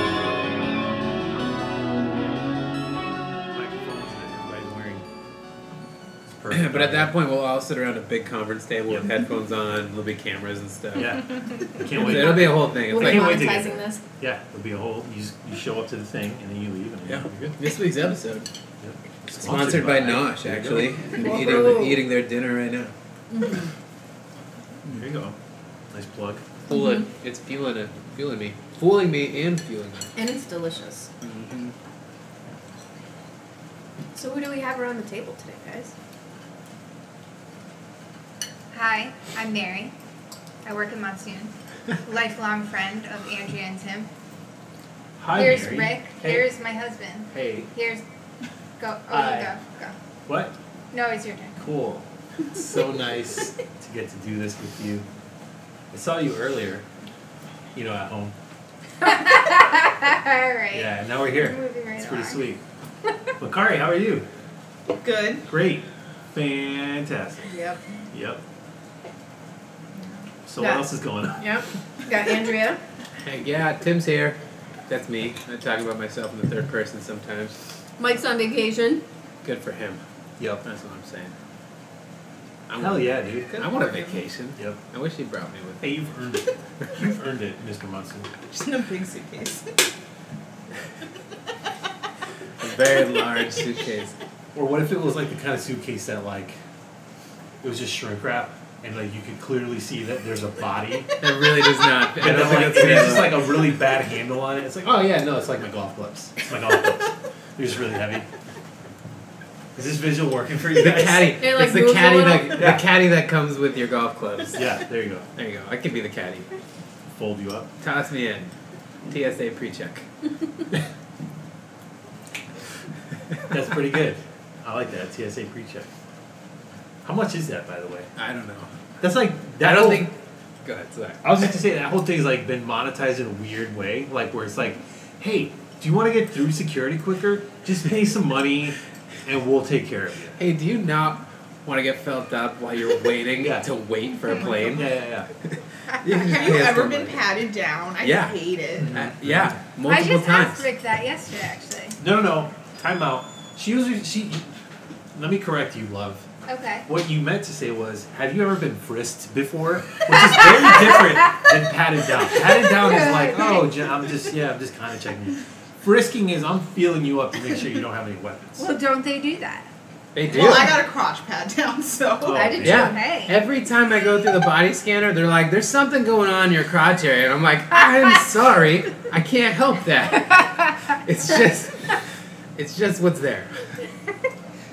for. but at that point, we'll all sit around a big conference table with headphones on. There'll be cameras and stuff. yeah, can't wait. It'll be a whole thing. I It's be can't like wait to get monetizing there. this. Yeah, it'll be a whole. You, s- you show up to the thing and then you leave and Yeah. you're good. this week's episode. Sponsored Sponsored by by- Nosh, There you actually. go. eating, eating their dinner right now. There you go. Nice plug. Fooling, it's fueling it, fueling me, fooling me, and fueling me. And it's delicious. So who do we have around the table today, guys? Hi, I'm Mary. I work in Monsoon. Lifelong friend of Andrea and Tim. Hi, Here's Mary. Rick. Hey. Here's my husband. Hey. Here's. Go. Oh, you Hi. go. Go. What? No, it's your turn. Cool. It's so nice to get to do this with you. I saw you earlier. You know, at home. All right. Yeah, and now we're We're here. moving right It's pretty along. sweet. Makari, how are you? Good. Great. Fantastic. Yep. Yep. So Yeah. what else is going on? Yep. Got Andrea. Hey, yeah, Tim's here. That's me. I talk about myself in the third person sometimes. Mike's on vacation. Good for him. Yep. That's what I'm saying. I Hell want, yeah, dude. I want a vacation. Yep. I wish he brought me with Hey, you've earned it. You've earned it, Mr. Munson. Just in a big suitcase. a very large suitcase. Or what if it was like the kind of suitcase that like it was just shrink wrap and like you could clearly see that there's a body That really does not. I and then don't think like that's it's just gonna like a really bad handle on it. It's like oh yeah no it's like my golf clubs. It's my golf clubs. They're just really heavy. Is this visual working for you the guys? caddy. It, like, it's the moves a caddy that little. Yeah. the caddy that comes with your golf clubs. Yeah, there you go. There you go. I could be the caddy. Fold you up. Toss me in. TSA pre-check. That's pretty good. I like that TSA pre-check. How much is that, by the way? I don't know. That's like that I don't whole- think. Go ahead. Sorry. I was just gonna say that whole thing's like been monetized in a weird way, like where it's like, hey, do you want to get through security quicker? Just pay some money, and we'll take care of you. Hey, do you not want to get felt up while you're waiting Yeah. to wait for a Yeah, plane? yeah, yeah. You can just Oh Have you pay us ever more been money. patted down? I Yeah. hate it. Uh, yeah, I multiple just asked times. Rick that yesterday, actually. No, no, no. Time out. She usually she. Let me correct you, love. Okay. What you meant to say was, have you ever been frisked before? Which is very different than patted down. Patted down is like, oh, j- I'm just yeah, I'm just kind of checking. you." Frisking is I'm feeling you up to make sure you don't have any weapons. Well, don't they do that? They do. Well, I got a crotch pat down, so. Oh, I did yeah. too. Hey. Every time I go through the body scanner, they're like, "There's something going on in your crotch area," and I'm like, "I'm sorry, I can't help that. It's just, it's just what's there."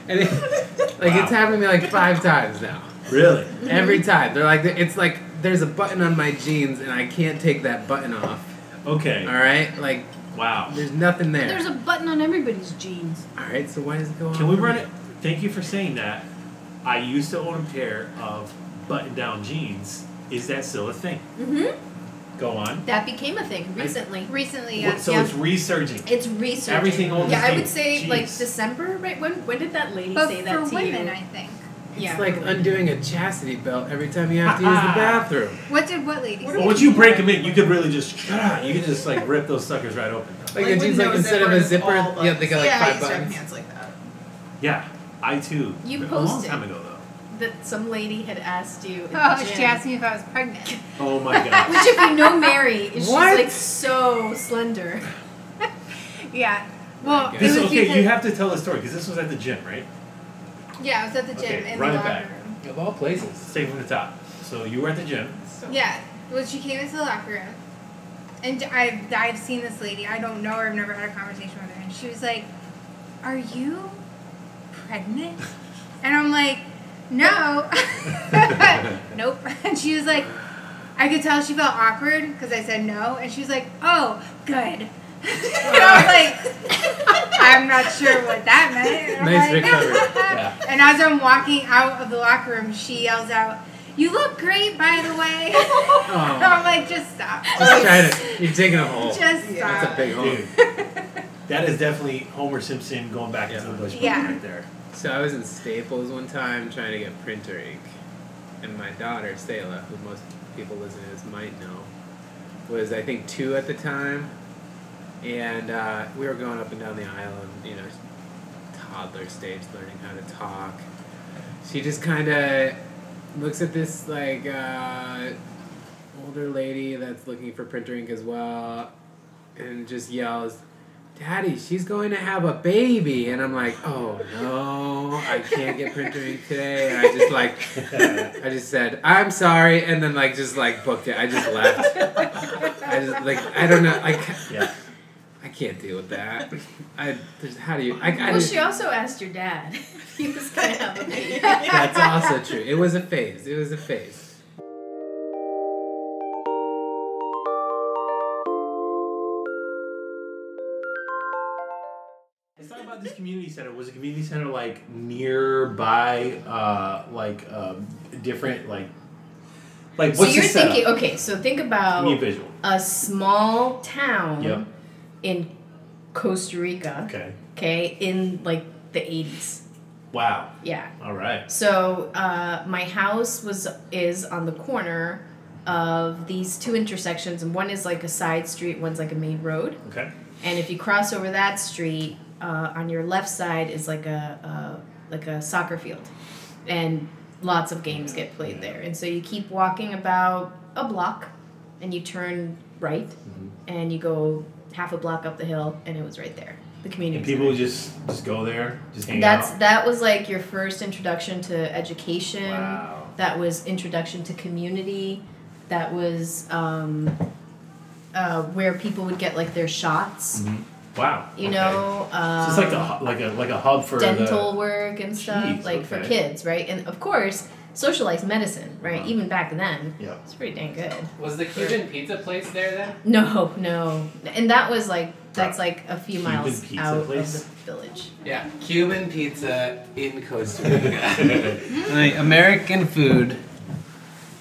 And it, like Wow. it's happened to me like five times now. Really? Mm-hmm. Every time they're like, "It's like there's a button on my jeans, and I can't take that button off." Okay. All right, like Wow. there's nothing there. There's a button on everybody's jeans. All right, so why does it go on? Can we for run me? it? Thank you for saying that. I used to own a pair of button-down jeans. Is that still a thing? Mm-hmm. Go on. That became a thing recently. Recently, uh, What- yes. so yeah. it's resurging. It's research. Everything old Yeah, is I new. would say like Jeez. December, right? When when did that lady But say for that to women, you? I think. It's yeah. like undoing a chastity belt every time you have to use the bathroom. What did what ladies? What Well, once you break them in, you could really just shut up. You could just like rip those suckers right open. Like, Like, the jeans, with like no instead of a zippers, zipper, all yeah, they got like yeah, I five used to have buttons. pants like that. Yeah, I too. You a long posted. time ago though. that some lady had asked you. in the Oh, gym. she asked me if I was pregnant. Oh my god. Which, if you know Mary, is she's What? like so slender. Yeah. Well, Okay. it This, was okay, because, you have to tell the story because this was at the gym, right? yeah, I was at the gym Okay, in run it the locker back. room. Of all places. Let's take it from the top. So you were at the gym. Yeah. Well, she came into the locker room, and I've I've seen this lady. I don't know her. I've never had a conversation with her, and she was like, "Are you pregnant?" And I'm like, "No, nope." And she was like, "I could tell she felt awkward because I said no," and she was like, "Oh, good." and I was like, "I'm not sure what that meant." And I'm Nice like, recovery. Yeah. And as I'm walking out of the locker room, she yells out, "You look great, by the way." And Oh, I'm like, "Just stop, just trying to. You're digging a hole. just Yeah. stop." That's a big hole. Dude, that is definitely Homer Simpson going back into Yeah. the bush Yeah. right there. So I was in Staples one time trying to get printer ink, and my daughter Selah, who most people listening to this might know, was I think two at the time, and uh, we were going up and down the aisle, and you know, toddler stage, learning how to talk, she just kind of looks at this like uh, older lady that's looking for printer ink as well, and just yells, "Daddy, she's going to have a baby!" And I'm like, "Oh no, I can't get printer ink today." And I just like, I just said, "I'm sorry," and then like just like booked it. I just left. I just like I don't know like. Yeah. I can't deal with that. I there's, how do you? I, I well, didn't- she also asked your dad. if he was gonna have a baby. That's also true. It was a phase. It was a phase. Let's talk about this community center. Was the community center like nearby, uh, like um, different, like, like what's so you're the setup? thinking, oh. okay, so Give think me a about visual. a small town Yep. in Costa Rica, Okay. okay, in like the 80s. Wow. Yeah. All right. So uh, my house was is on the corner of these two intersections, and one is like a side street, one's like a main road. Okay. And if you cross over that street, uh, on your left side is like a, a like a soccer field, and lots of games get played there. And so you keep walking about a block, and you turn right, Mm-hmm. and you go half a block up the hill, and it was right there, the community. And center. people would just just go there, just hang That's out. that was like your first introduction to education. Wow. That was introduction to community. That was um, uh, where people would get like their shots. Mhm. Mm-hmm. Wow. You okay. know, um, So it's like the hu- like a like a hub for dental work and stuff, Jeez, like for okay. kids, kids, right? And of course, socialized medicine, right? Uh-huh. Even back then, Yeah. it's pretty dang good. Was the Cuban pizza place there then? No, no, and that was like that's like a few Cuban miles pizza out place? of the village. Yeah, Cuban pizza in Costa the. like American food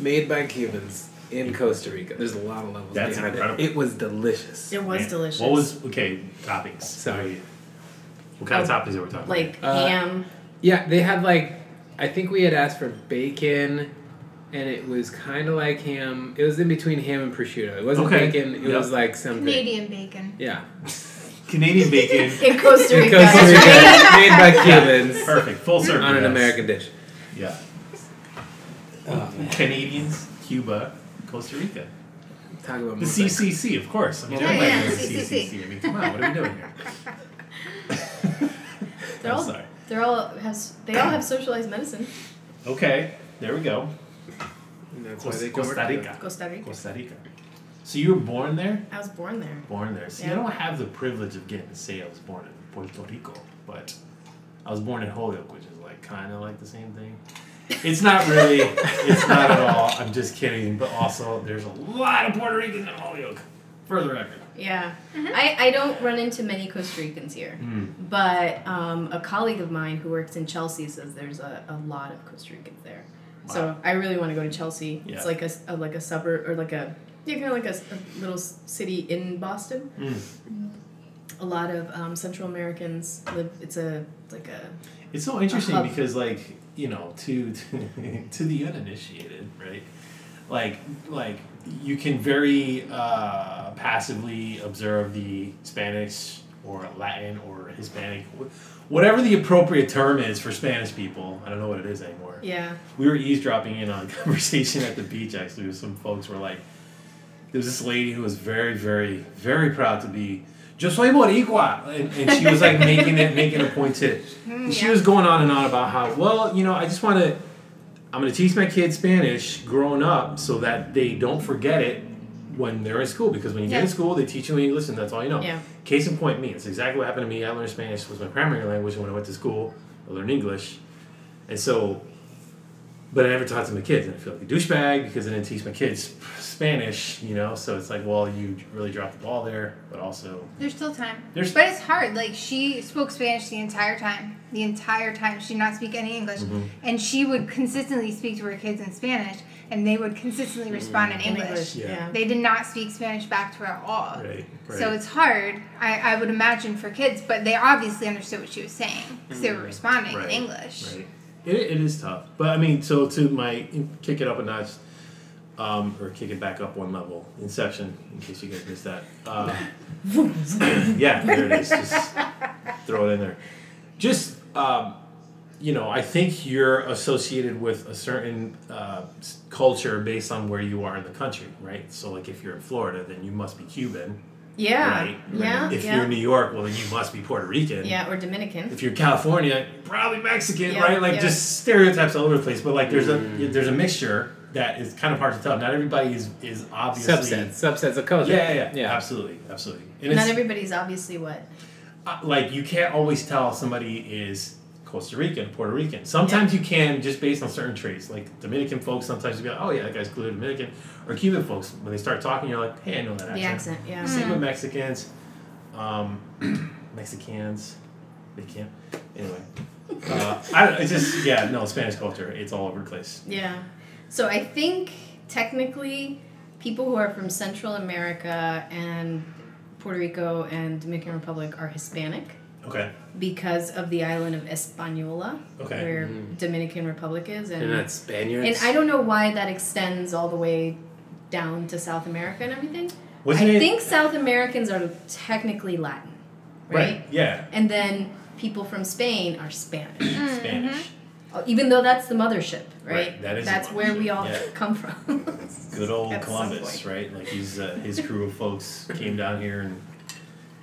made by Cubans in Costa Rica. There's a lot of levels That's behind incredible. it. It was delicious. It was Man, delicious. What was okay toppings? Sorry. What kind of Oh, toppings are we talking about? like Uh, ham? Yeah, they had like I think we had asked for bacon and it was kind of like ham. It was in between ham and prosciutto. It wasn't Okay. bacon. It Yep. was like something. Canadian bacon. Yeah. Canadian bacon. In Costa In Rica. Costa Rica, made by Yeah, Cubans Perfect. Full circle. on an guys. American dish. Yeah. Oh, man. Canadians, Cuba, Costa Rica. Talk about The more CCC, of course. I mean, Yeah, everybody yeah, knows the CCC. CCC. I mean, come on, what are we doing here? They're I'm all- sorry. They're all has they all have socialized medicine. Okay, there we go. bacon. And that's why Costa they go Costa Rica. Costa Rica. Costa Rica. So you were born there? I was born there. Born there. See, I Yeah. don't have the privilege of getting to say I was born in Puerto Rico, but I was born in Holyoke, which is like kind of like the same thing. It's not really. it's not at all. I'm just kidding. But also, there's a lot of Puerto Ricans in Holyoke. For the record. Yeah. I, I don't run into many Costa Ricans here. Mm. But um, a colleague of mine who works in Chelsea says there's a, a lot of Costa Ricans there. So I really want to go to Chelsea. Yeah. It's like a, s- a- like a suburb or like a yeah, kind of like a, s- a little s- city in Boston. Mm. A lot of um, Central Americans live. It's a it's like a It's so interesting Uh-huh. because, like, you know, to to, to the uninitiated, right? Like, like you can very uh, passively observe the Spanish or Latin or Hispanic, wh- whatever the appropriate term is for Spanish people. I don't know what it is anymore. yeah. We were eavesdropping in on a conversation at the beach. Actually, with some folks were like, there was this lady who was very, very, very proud to be. Yo soy boricua, and, and she was like making it, making a point to. Mm, She yeah. was going on and on about how, well, you know, I just want to, I'm going to teach my kids Spanish growing up so that they don't forget it when they're in school. Because when you get in Yeah. school, they teach you English and that's all you know. Yeah. Case in point, me. It's exactly what happened to me. I learned Spanish was my primary language, and when I went to school, I learned English. And so, but I never taught to my kids, and I feel like a douchebag because I didn't teach my kids Spanish. You know, so it's like, well, you really dropped the ball there, but also There's still time. There's- but it's hard. Like she spoke Spanish the entire time. The entire time she did not speak any English, Mm-hmm. and she would consistently speak to her kids in Spanish, and they would consistently Mm. respond in In English. Yeah. yeah. They did not speak Spanish back to her at all. right, right. So it's hard, I, I would imagine, for kids, but they obviously understood what she was saying because they were responding Mm-hmm. Right, in English. Right. It, it is tough, but I mean, so to my kick it up a notch, um, or kick it back up one level. Inception, in case you guys missed that. Uh, yeah, there it is. Just throw it in there. Just um, you know, I think you're associated with a certain uh, s- culture based on where you are in the country, right? So, like, if you're in Florida, then you must be Cuban, Yeah. right? Yeah. If yeah. you're in New York, well, then you must be Puerto Rican. yeah, or Dominican. If you're California, you're probably Mexican, Yeah, right? Like, yeah. just stereotypes all over the place. But like, there's a there's a mixture that is kind of hard to tell. Not everybody is is obviously Subsets, subsets of culture. Yeah, yeah, yeah, yeah. absolutely, absolutely. And Not it's everybody's obviously what. uh, like you can't always tell somebody is Costa Rican, Puerto Rican. Sometimes you can just based on certain traits. Like Dominican folks, sometimes you be like, oh yeah, that guy's clearly Dominican. Or Cuban folks, when they start talking, you're like, hey, I know that The accent, yeah. Same with Mexicans, um, Mexicans. They can't. Anyway, uh, I don't. It's just yeah, no Spanish culture. It's all over the place. Yeah. So I think technically people who are from Central America and Puerto Rico and Dominican Republic are Hispanic Okay. because of the island of Española Okay. where Dominican Republic is and They're not Spaniards. and I don't know why that extends all the way down to South America and everything. Wasn't I it think South Americans are technically Latin, right? Yeah, And then people from Spain are Spanish. Spanish. Oh, Even though that's the mothership, right? Right, that is the that's where we mothership, all yeah. come from. Good old At some Columbus, right? Like he's uh, his crew of folks came down here and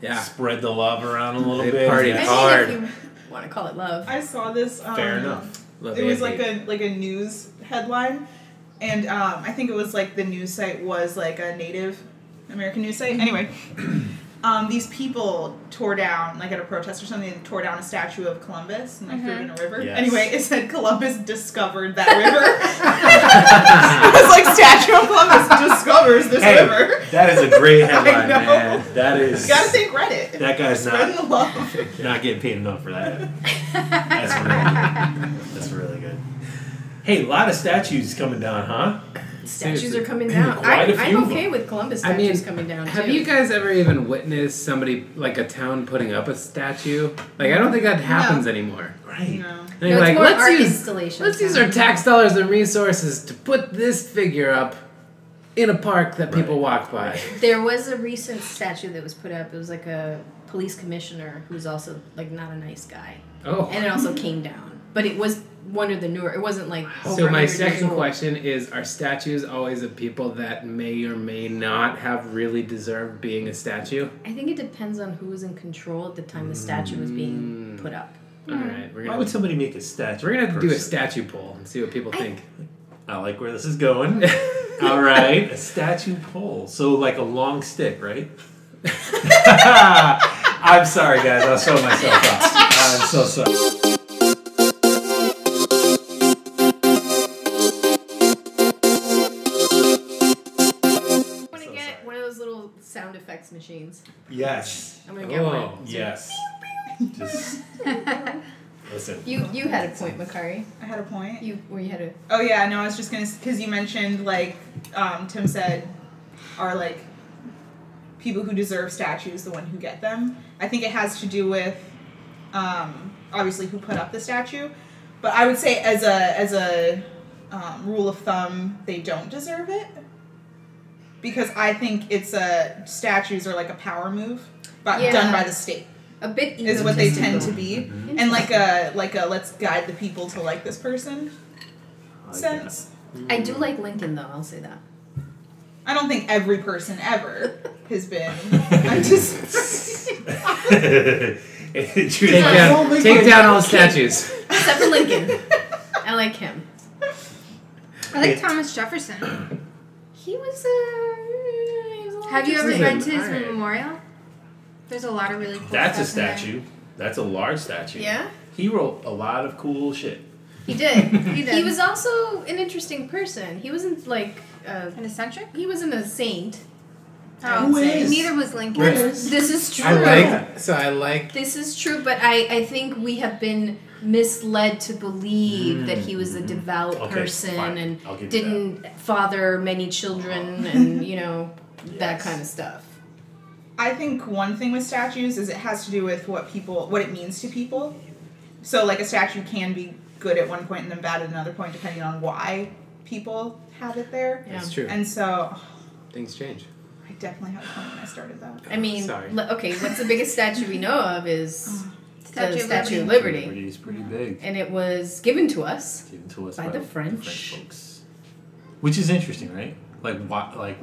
yeah. spread the love around a little They bit. partied Yeah. hard. I mean, if you want to call it love. I saw this. Um, Fair enough. Love it was and like hate. a like a news headline, and um, I think it was like the news site was like a Native American news site. Anyway, um, these people tore down like at a protest or something. They tore down a statue of Columbus and like threw it in a river. Yes. Anyway, it said Columbus discovered that river. it was like statue of Columbus discovers this Hey, river. that is a great I headline, know. man. That is. You gotta thank Reddit. that guy's Spreading not the love. not getting paid enough for that. That's really good. That's really good. Hey, a lot of statues coming down, huh? Statues Seriously. are coming down. Quite a I, few I'm of okay them. with Columbus I mean, statues coming down Have too. you guys ever even witnessed somebody like a town putting up a statue? Like I don't think that happens anymore. Right. No. They're No, it's like, more let's art use installation. let's use our tax dollars and resources to put this figure up in a park that people walk by. There was a recent statue that was put up. It was like a police commissioner who's also like not a nice guy, Oh. and it also came down. But it was one of the newer. It wasn't like over So 100 my years second old. question is: Are statues always of people that may or may not have really deserved being a statue? I think it depends on who was in control at the time the statue was being put up. All right, we're Why gonna would somebody make a statue? we're gonna have to do a person? statue poll and see what people think. I like where this is going. All right, a statue pole. So like a long stick, right? I'm sorry, guys. I'll show myself up. I'm so sorry. I'm gonna So get sorry. one of those little sound effects machines. Yes. I'm gonna get one. Oh, Yes. Just listen. You you had a point, Makari. I had a point. You where you had a Oh yeah, no, I was just gonna because you mentioned like um, Tim said, are like people who deserve statues the one who get them. I think it has to do with um, obviously who put up the statue, but I would say as a as a um, rule of thumb, they don't deserve it because I think it's a statues are like a power move, but Yeah. done by the state a bit is what they egotistical. tend to be, and like a like a let's guide the people to like this person I like that. sense. I do like Lincoln though. I'll say that. I don't think every person ever has been. I'm just. Truth Take is- oh down, take down all statues. Except for Lincoln, I like him. I like Thomas Jefferson. He was a. he was a little Have you ever Interesting. been to his Alright. memorial? There's a lot of really cool That's a stuff in there. statue. That's a large statue. Yeah, He wrote a lot of cool shit. he did. He did. he was also an interesting person. He wasn't like uh, an eccentric. he wasn't a saint. Oh, Who is? neither was Lincoln. Who This is true. I like so I like This is true, but I, I think we have been misled to believe that he was a devout Mm-hmm. Okay, person fine. and I'll give you that. didn't father many children and, you know, that Yes. kind of stuff. I think one thing with statues is it has to do with what people, what it means to people. So, like a statue can be good at one point and then bad at another point, depending on why people have it there. Yeah. it's true. And so, oh, Things change. I definitely had a point when I started that. I mean, Sorry. le- okay, what's the biggest statue we know of is the Oh, Statue of Statue of Liberty. Liberty. It's pretty big. And it was given to us. It's given to us By the French. folks. Which is interesting, right? Like why like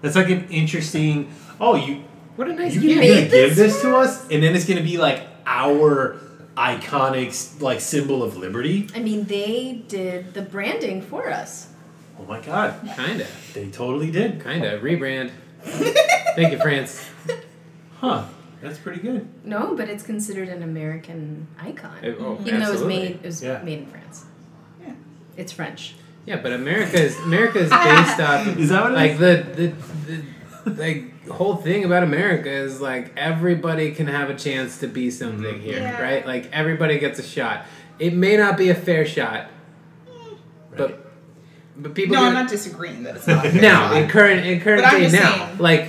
that's like an interesting oh you What a nice you can gift. gonna made give this this to us and then it's gonna be like our iconic like symbol of liberty. I mean, they did the branding for us. Oh my god. Kinda, They totally did. kinda rebrand. Thank you, France. Huh. That's pretty good. No, but it's considered an American icon. It- oh, Even though it was absolutely. made it was Yeah. made in France. Yeah. It's French. Yeah, but America is America is based off Is that what it like is? the the, the like whole thing about America is like everybody can have a chance to be something here, Yeah. right? Like everybody gets a shot. It may not be a fair shot, Right. but but people Mm. No, do I'm not disagreeing that it's not. a fair now shot. in current in current But I'm day just now saying. like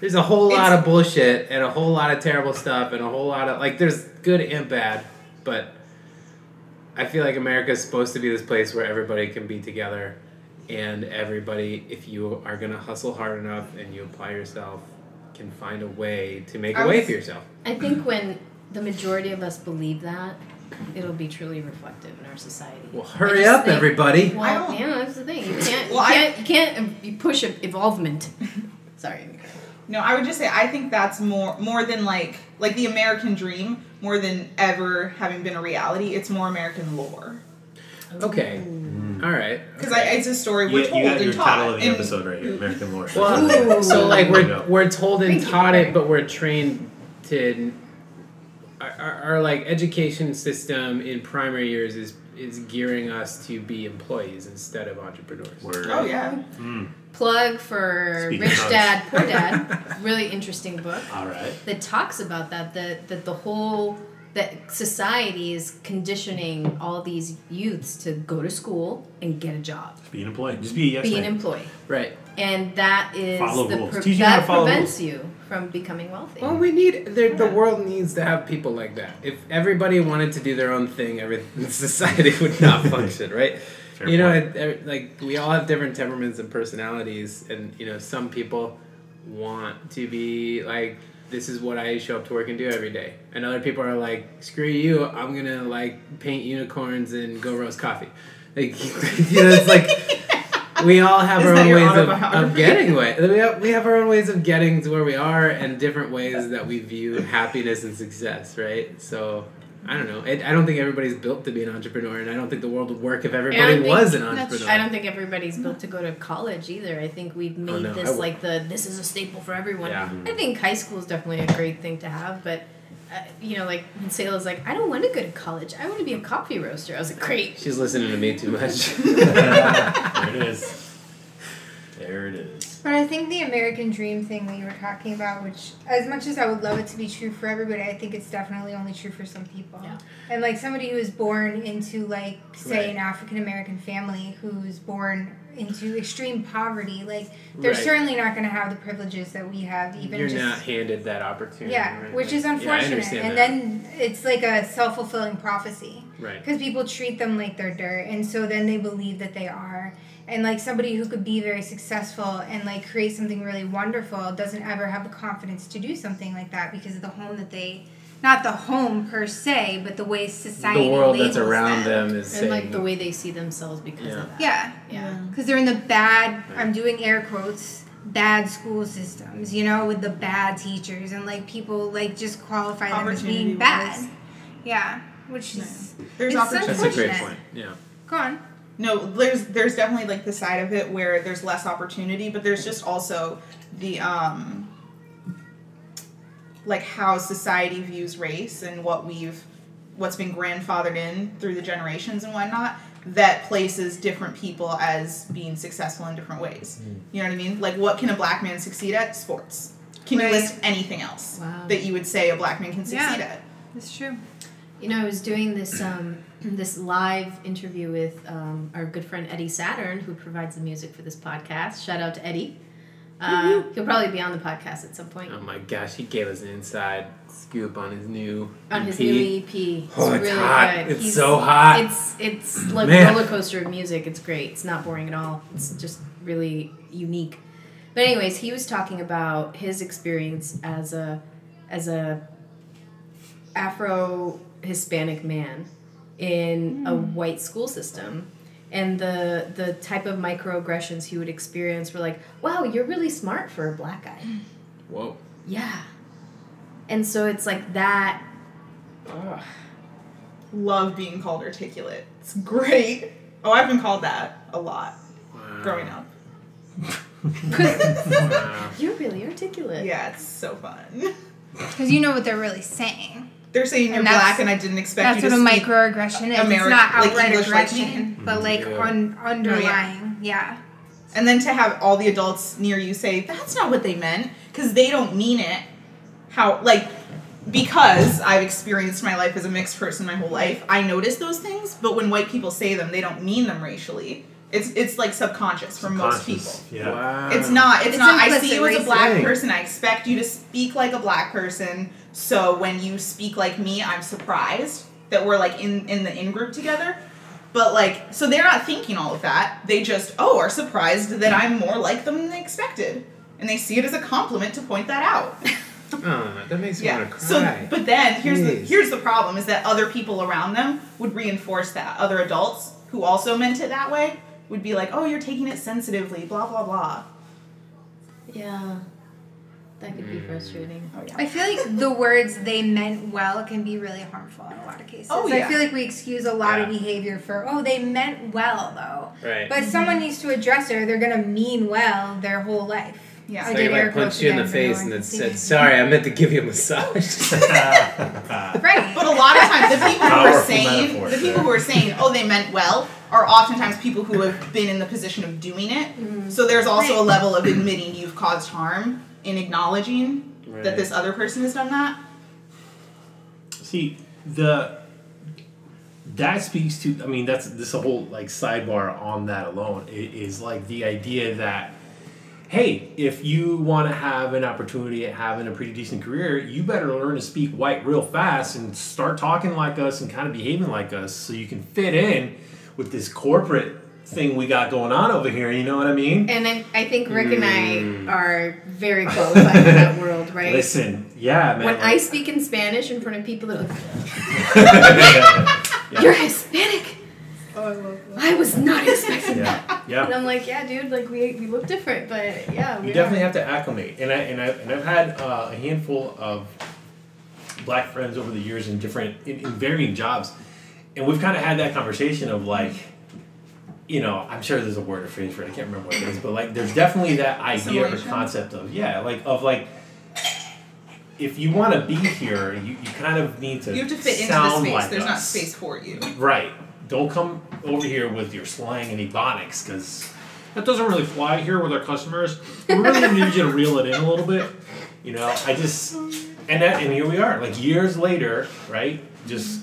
there's a whole lot It's- of bullshit and a whole lot of terrible stuff and a whole lot of like there's good and bad but i feel like america's supposed to be this place where everybody can be together and everybody if you are going to hustle hard enough and you apply yourself can find a way to make I a way was- for yourself I think when the majority of us believe that, it'll be truly reflective in our society. well I hurry just up think- everybody I Well, don't- yeah, that's the thing. You can't, Well, I- you can't, you can't um, you push ev- evolvement. Sorry. No, I would just say I think that's more more than like like the American dream more than ever having been a reality. It's more American lore okay all right because Mm. I it's a story You, we're you told got and your taught. title of the and- episode right here, American Lore. Well, Ooh. so like Yeah. we're we're told and Thank you. taught it, but we're trained to. Our, our, our like education system in primary years is is gearing us to be employees instead of entrepreneurs. Word. Oh yeah, Mm. Plug for Speaking Rich of- Dad, Poor Dad. really interesting book. All right. that talks about that that that the whole that society is conditioning all these youths to go to school and get a job, Be an employee. Just be a yes be an man. employee, Right. and that is Follow the rules. pre- Teach you how to that follow prevents you from becoming wealthy. Well, we need there- the world needs to have people like that. If everybody wanted to do their own thing, every society would not function, right? Fair you know, point. it- it- like we all have different temperaments and personalities, and you know, some people want to be like, "This is what I show up to work and do every day," and other people are like, "Screw you! I'm gonna like paint unicorns and go roast coffee." Like, you know, it's like we all have Is our that own your ways of, of autobiography? getting way. We have, we have our own ways of getting to where we are and different ways that we view happiness and success, right? So I don't know. I, I don't think everybody's built to be an entrepreneur, and I don't think the world would work if everybody think was an that's- entrepreneur. Oh, I don't think everybody's built to go to college either. I think we've made no, I this w- like the this is a staple for everyone. Yeah. I think high school is definitely a great thing to have, but uh, you know, like when Sayla's like, I don't want to go to college. I want to be a coffee roaster. I was like, great. She's listening to me too much. there it is. There it is. But I think the American dream thing that you were talking about, which as much as I would love it to be true for everybody, I think it's definitely only true for some people. Yeah. And like somebody who is born into like say Right. an African American family who's born into extreme poverty, like they're Right. certainly not going to have the privileges that we have even You're just not handed that opportunity. yeah, right? which Like, is yeah, I unfortunate. understand and that. then it's like a self-fulfilling prophecy right. because people treat them like they're dirt and so then they believe that they are and like somebody who could be very successful and like create something really wonderful doesn't ever have the confidence to do something like that because of the home that they not the home per se but the way society The world that's labels around them. them, is And saying, like the way they see themselves because Yeah. of that. yeah Yeah. because they're in the bad i'm doing air quotes bad school systems you know with the bad teachers and like people like just qualify them as being Opportunity-wise. bad yeah which is there's It's opportunity. that's a great unfortunate. point. Yeah. go on No, there's there's definitely like the side of it where there's less opportunity, but there's just also the um like how society views race and what we've what's been grandfathered in through the generations and whatnot that places different people as being successful in different ways. Mm-hmm. You know what I mean? Like what can a black man succeed at? Sports. Can Right. you list anything else Wow. that you would say a black man can succeed Yeah. at? that's true You know, I was doing this um, this live interview with um, our good friend Eddie Saturn, who provides the music for this podcast. Shout out to Eddie. Uh, he'll probably be on the podcast at some point Oh my gosh, he gave us an inside scoop on his new on his EP. new E EP. It's E Oh, it's really hot. good. It's He's- so hot. It's it's like a Man. roller coaster of music. It's great. It's not boring at all. It's just really unique. But anyways, he was talking about his experience as a as a Afro Hispanic man in a white school system. And the the type of microaggressions he would experience were like, wow, you're really smart for a black guy. Whoa. Yeah. And so it's like that. Ugh. Love being called articulate. It's great. Oh, I've been called that a lot Wow. growing up. Wow. You're really articulate. Yeah, it's so fun. Because you know what they're really saying. They're saying you're And that's- black, and I didn't expect That's you what a to speak. microaggression is. Ameri- it's not like outright English, like aggression, but like Yeah. un- underlying. yeah. and then to have all the adults near you say that's not what they meant because they don't mean it. How like because I've experienced my life as a mixed person my whole life, I notice those things. But when white people say them, they don't mean them racially. It's it's like subconscious for most people. Conscious, Yeah. Wow. It's not. It's, It's not. I implicit see you as a racism. black Dang. person. I expect you to speak like a black person. So when you speak like me, I'm surprised that we're like in in the in group together. But like, so they're not thinking all of that. They just oh are surprised that I'm more like them than they expected, and they see it as a compliment to point that out. Aw, that makes me yeah. want to So, cry. but then here's the Jeez. here's the problem is that other people around them would reinforce that. Other adults who also meant it that way would be like, oh, you're taking it sensitively, blah blah blah. Yeah. That could be Mm. frustrating. Oh yeah. I feel like the words they meant well can be really harmful in a lot of cases. Oh, I yeah. feel like we excuse a lot of Yeah. behavior for, oh, they meant well, though. right. But someone needs to address it or they're going to mean well their whole life. Yeah. I It's like did if I air punched quotes you in the again for no one face and to then see. said, "Sorry, I meant to give you a massage." Right. But a lot of times, the people who are Powerful saying metaphor, the people who are saying, "Oh, they meant well," are oftentimes people who have been in the position of doing it. So there's also a Right. level of admitting you've caused harm in acknowledging that Right. this other person has done that. See the that speaks to. I mean, that's this whole like sidebar on that alone i- is like the idea that hey, if you want to have an opportunity at having a pretty decent career, you better learn to speak white real fast and start talking like us and kind of behaving like us so you can fit in with this corporate thing we got going on over here. You know what I mean? And I, I think Rick Mm. and I are very qualified in that world, right? Listen, yeah, man. when I like- speak in Spanish in front of people, they're like, yeah, "You're Hispanic." Oh, I was not expecting that. yeah, yeah. And I'm like, "Yeah, dude. Like, we, we look different, but yeah, we You definitely have to acclimate, and I and I and I've had uh, a handful of black friends over the years in different in, in varying jobs, and we've kind of had that conversation of like, you know, I'm sure there's a word or phrase for it. I can't remember what it is, but like, there's definitely that idea or Assimilation? concept of yeah, like of like, if you want to be here, you, you kind of need to You have to fit into the sound space. like There's not us. space for you. Right. Don't come over here with your slang and ebonics, because that doesn't really fly here with our customers. We really need you to reel it in a little bit. You know, I just and that and here we are, like years later, right? Just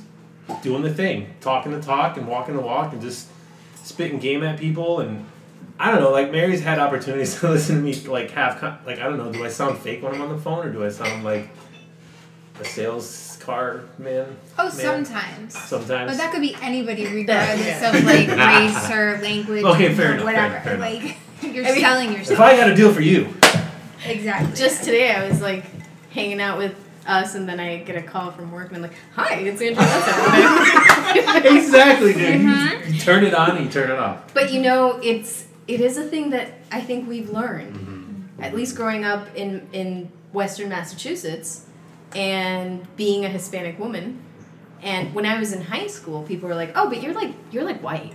doing the thing, talking the talk and walking the walk, and just spitting game at people. And I don't know, like Mary's had opportunities to listen to me, like have con- like I don't know, do I sound fake when I'm on the phone, or do I sound like a sales car man? Oh, man? sometimes. Sometimes. But that could be anybody, regardless Yeah. of like race or language. Okay, fair or enough, fair Whatever. enough, fair enough. like you're I mean- selling If yourself. I had a deal for you, exactly. Just today, I was like hanging out with us, and then I get a call from work, and I'm like, "Hi, it's Andrew." Lopez." exactly, dude. Mm-hmm. You, you turn it on and you turn it off. But you know, it's it is a thing that I think we've learned, Mm-hmm. at least growing up in in Western Massachusetts, and being a Hispanic woman. And when I was in high school, people were like, "Oh, but you're like you're like white,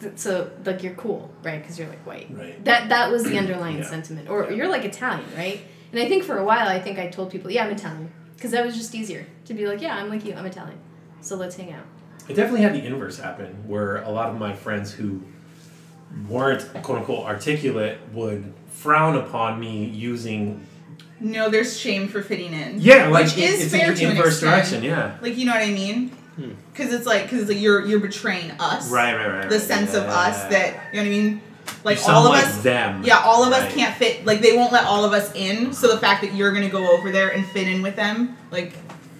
Th- so like you're cool, right? Because you're like white." Mm-hmm. Right. That that was the underlying Yeah. sentiment, or you're like Italian, right? And I think for a while, I think I told people, "Yeah, I'm Italian," because that was just easier to be like, "Yeah, I'm like you, I'm Italian." So let's hang out. I definitely had the inverse happen, where a lot of my friends who weren't "quote unquote" articulate would frown upon me using No, there's shame for fitting in. yeah, like which it- is it's fair in the to an inverse extent. direction. Yeah. Like you know what I mean? Because it's like because like you're you're betraying us. Right, right, right. The right. sense of Yeah. us that you know what I mean. you Like sound all of like us. them. Yeah, all of us Right. can't fit. Like they won't let all of us in. So the fact that you're gonna go over there and fit in with them, like,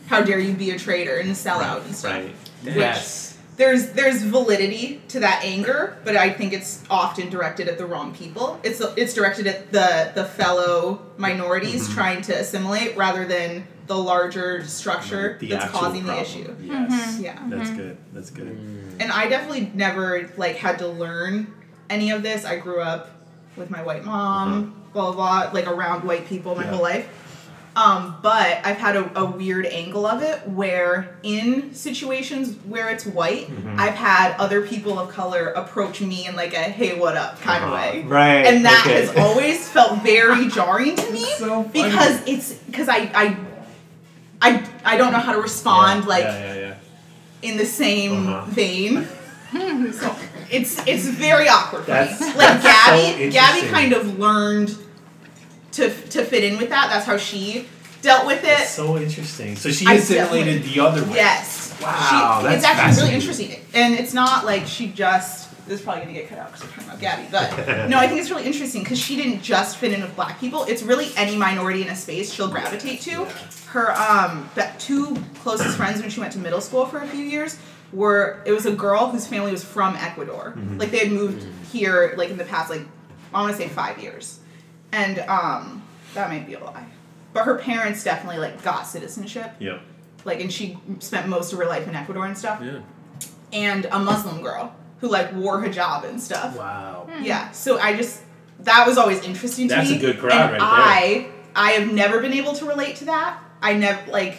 how dare you be a traitor and a sellout and stuff? Right. Yes. there's there's validity to that anger, but I think it's often directed at the wrong people. It's it's directed at the the fellow minorities Mm-hmm. trying to assimilate rather than the larger structure the that's actual causing problem. the issue. Mm-hmm. Yes. Yeah. That's good. That's good. And I definitely never like had to learn any of this. I grew up with my white mom, blah blah blah, like around white people my Uh-huh. Yeah. whole life. Um, but I've had a, a weird angle of it where in situations where it's white, Mm-hmm. I've had other people of color approach me in like a hey what up kind Uh-huh. of way. Right. And that okay. has always felt very jarring to me so funny. because it's because I, I I I don't know how to respond Yeah, like yeah, yeah, yeah. in the same Uh-huh. vein. so it's it's very awkward for That's- me. Like that's so Gabby, interesting. Gabby kind of learned to to fit in with that. That's how she dealt with That's it. so interesting. So she I assimilated the other way. Yes. Wow, She, that's it's actually really fascinating. interesting, and it's not like she just. This is probably gonna get cut out because we're talking about Gabby, but no, I think it's really interesting because she didn't just fit in with black people. It's really any minority in a space she'll gravitate to. Her um, the two closest friends when she went to middle school for a few years were it was a girl whose family was from Ecuador, Mm-hmm. like they had moved here like in the past like I want to say five years, and um, that might be a lie, but her parents definitely like got citizenship Yep. like and she spent most of her life in Ecuador and stuff. Yeah. And a Muslim girl who like wore hijab and stuff. Wow. Yeah. So I just that was always interesting to That's me. a good crowd right and I I have never been able to relate to that. I never like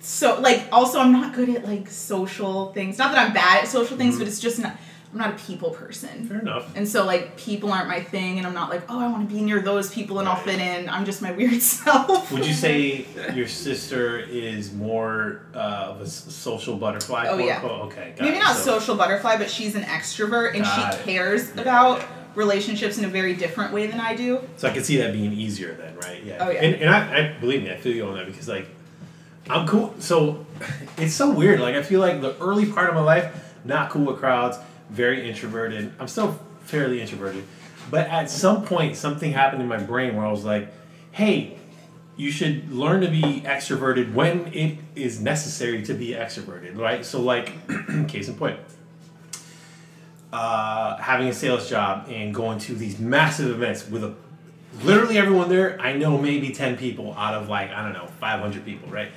so like also I'm not good at like social things. Not that I'm bad at social things, Mm-hmm. but it's just not I'm not a people person. Fair enough. And so like people aren't my thing and I'm not like, oh I want to be near those people and I'll fit in. I'm just my weird self. Would you say your sister is more uh, of a s- social butterfly? Oh, quote, yeah. unquote? Okay. Got maybe it. not So- social butterfly, but she's an extrovert and Got she it. cares Yeah, about yeah, yeah. relationships in a very different way than I do. So I can see that being easier then, right? Yeah. Oh, yeah. And, and I, I believe me, I feel you on that because like I'm cool. So it's so weird. Like I feel like the early part of my life, not cool with crowds, very introverted. I'm still fairly introverted, but at some point something happened in my brain where I was like, hey. You should learn to be extroverted when it is necessary to be extroverted, right? So, like, case in point, uh, having a sales job and going to these massive events with a literally everyone there i know maybe 10 people out of like i don't know 500 people right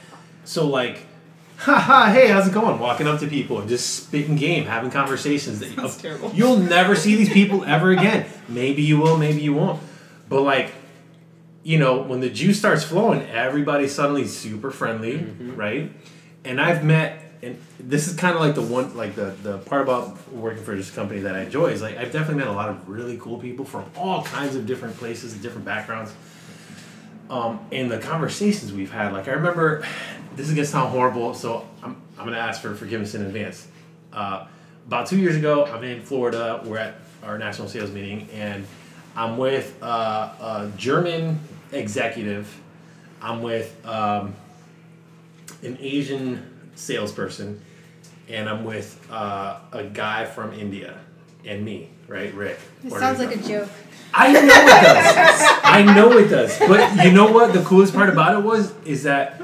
so like haha hey how's it going walking up to people and just spitting game having conversations that Sounds terrible. you'll never see these people ever again maybe you will maybe you won't but like you know when the juice starts flowing everybody's suddenly super friendly Mm-hmm. right and i've met and this is kind of like the one like the the part about working for this company that i enjoy is like i've definitely met a lot of really cool people from all kinds of different places and different backgrounds um, and the conversations we've had, like I remember, this is gonna sound horrible, so I'm, I'm gonna ask for forgiveness in advance. Uh, about two years ago, I'm in Florida. We're at our national sales meeting, and I'm with uh, a German executive. I'm with um, an Asian salesperson, and I'm with uh, a guy from India, and me, right, Rick. This Puerto sounds Rico. like a joke. I know it does. I know it does. But you know what? The coolest part about it was is that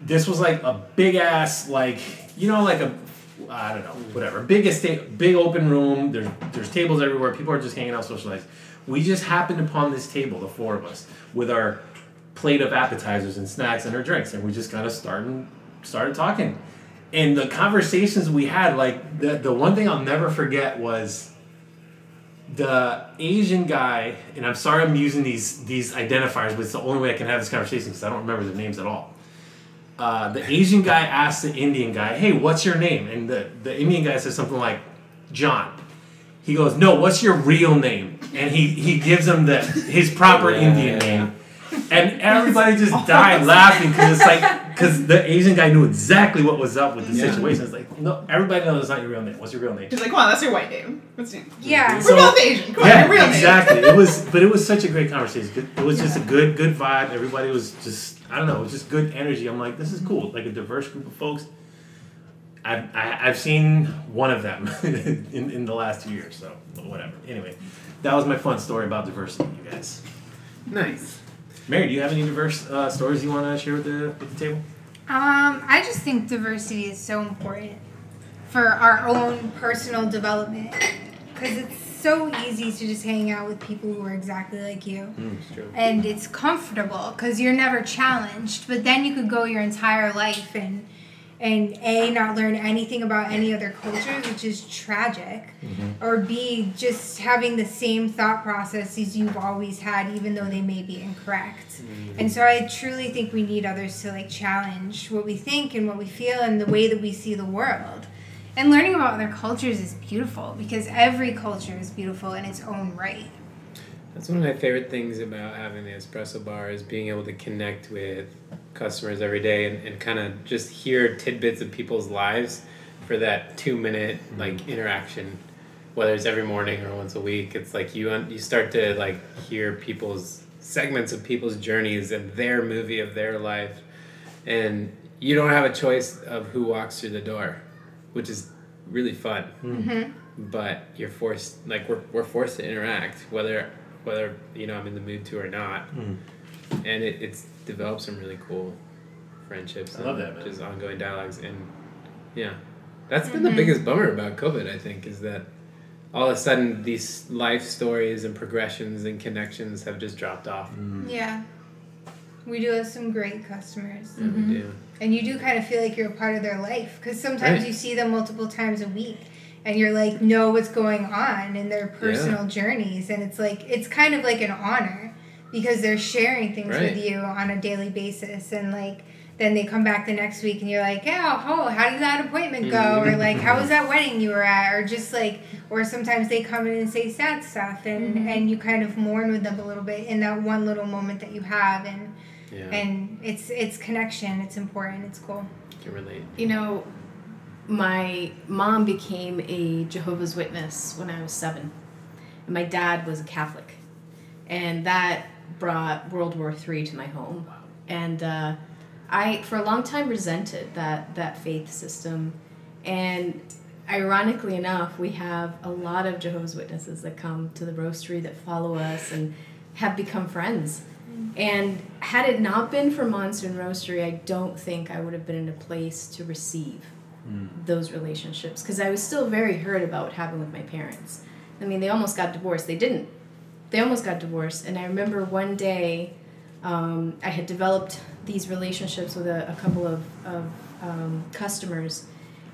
this was like a big ass like you know like a I don't know whatever big estate big open room. There's there's tables everywhere. People are just hanging out, socializing. We just happened upon this table, the four of us, with our plate of appetizers and snacks and our drinks, and we just kind of started started talking. And the conversations we had, like the the one thing I'll never forget was the Asian guy, and I'm sorry I'm using these these identifiers, but it's the only way I can have this conversation because I don't remember their names at all. Uh, the Asian guy asked the Indian guy, "Hey, what's your name?" And the the Indian guy says something like, "John." He goes, "No, what's your real name?" And he he gives him the his proper Yeah, Indian yeah. name, and everybody just died laughing because it's like because the Asian guy knew exactly what was up with the Yeah. situation. It's like, no, everybody knows it's not your real name. What's your real name? She's like, come on, that's your white name. That's you. Yeah. We're So- both Asian. Come on, yeah, your real exactly. it was, but it was such a great conversation. Good- It was just a good, good vibe. Everybody was just, I don't know, it was just good energy. I'm like, this is cool. Like a diverse group of folks. I've, I, I've seen one of them in, in the last two years, so whatever. Anyway, that was my fun story about diversity, you guys. Nice. Mary, do you have any diverse uh, stories you want to share with the, with the table? Um, I just think diversity is so important for our own personal development. Because it's so easy to just hang out with people who are exactly like you. Hmm, It's true. And it's comfortable because you're never challenged. But then you could go your entire life and and a not learn anything about any other cultures, which is tragic, or b just having the same thought processes you've always had, even though they may be incorrect. And so I truly think we need others to like challenge what we think and what we feel and the way that we see the world. And learning about other cultures is beautiful because every culture is beautiful in its own right. That's one of my favorite things about having the espresso bar is being able to connect with customers every day and, and kind of just hear tidbits of people's lives for that two minute like interaction whether it's every morning or once a week it's like you un- you start to like hear people's segments of people's journeys and their movie of their life and you don't have a choice of who walks through the door which is really fun but you're forced like we're, we're forced to interact whether whether you know i'm in the mood to or not and it it's developed some really cool friendships I love and that, man. just ongoing dialogues and yeah that's been the biggest bummer about covid i think is that all of a sudden these life stories and progressions and connections have just dropped off Yeah. We do have some great customers. that we do And you do kind of feel like you're a part of their life because sometimes Right. you see them multiple times a week and you're like, know what's going on in their personal journeys. And it's like, it's kind of like an honor because they're sharing things Right. with you on a daily basis. And like, then they come back the next week and you're like, yeah, oh, how did that appointment go? Mm-hmm. Or like, how was that wedding you were at? Or just like, or sometimes they come in and say sad stuff and, Mm-hmm. and you kind of mourn with them a little bit in that one little moment that you have. And, yeah and it's it's connection it's important it's cool can relate You know, my mom became a Jehovah's Witness when I was seven, and my dad was a Catholic, and that brought World War III to my home, and uh, I for a long time resented that that faith system, and ironically enough, we have a lot of Jehovah's Witnesses that come to the roastery that follow us and have become friends. And had it not been for Monsoon Roastery, I don't think I would have been in a place to receive those relationships because I was still very hurt about what happened with my parents. I mean, they almost got divorced. They didn't. They almost got divorced. And I remember one day um, I had developed these relationships with a, a couple of, of um, customers,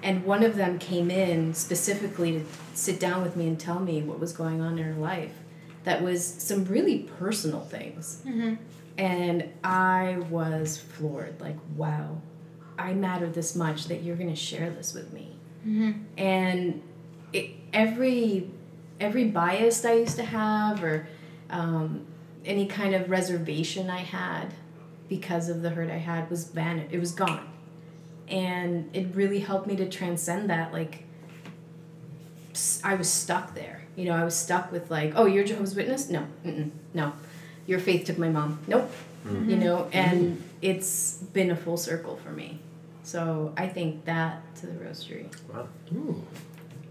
and one of them came in specifically to sit down with me and tell me what was going on in her life. That was some really personal things. And I was floored like, wow, I matter this much that you're going to share this with me. And it, every every bias I used to have or um, any kind of reservation I had because of the hurt I had was van it was gone. And it really helped me to transcend that like s- I was stuck there. You know, I was stuck with like, oh, you're Jehovah's Witness? No, mm-mm, no. Your faith took my mom. Nope. Mm-hmm. You know, and it's been a full circle for me. So I think that to the roastery. Wow. Ooh,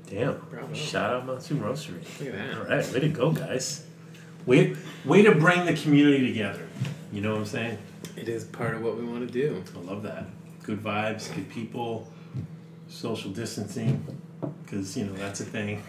Damn. Bravo. Shout out Monsoon Roastery. Look at that. All right, way to go, guys. Way, way to bring the community together. You know what I'm saying? it is part of what we want to do I love that. Good vibes, good people, social distancing, because, you know, that's a thing.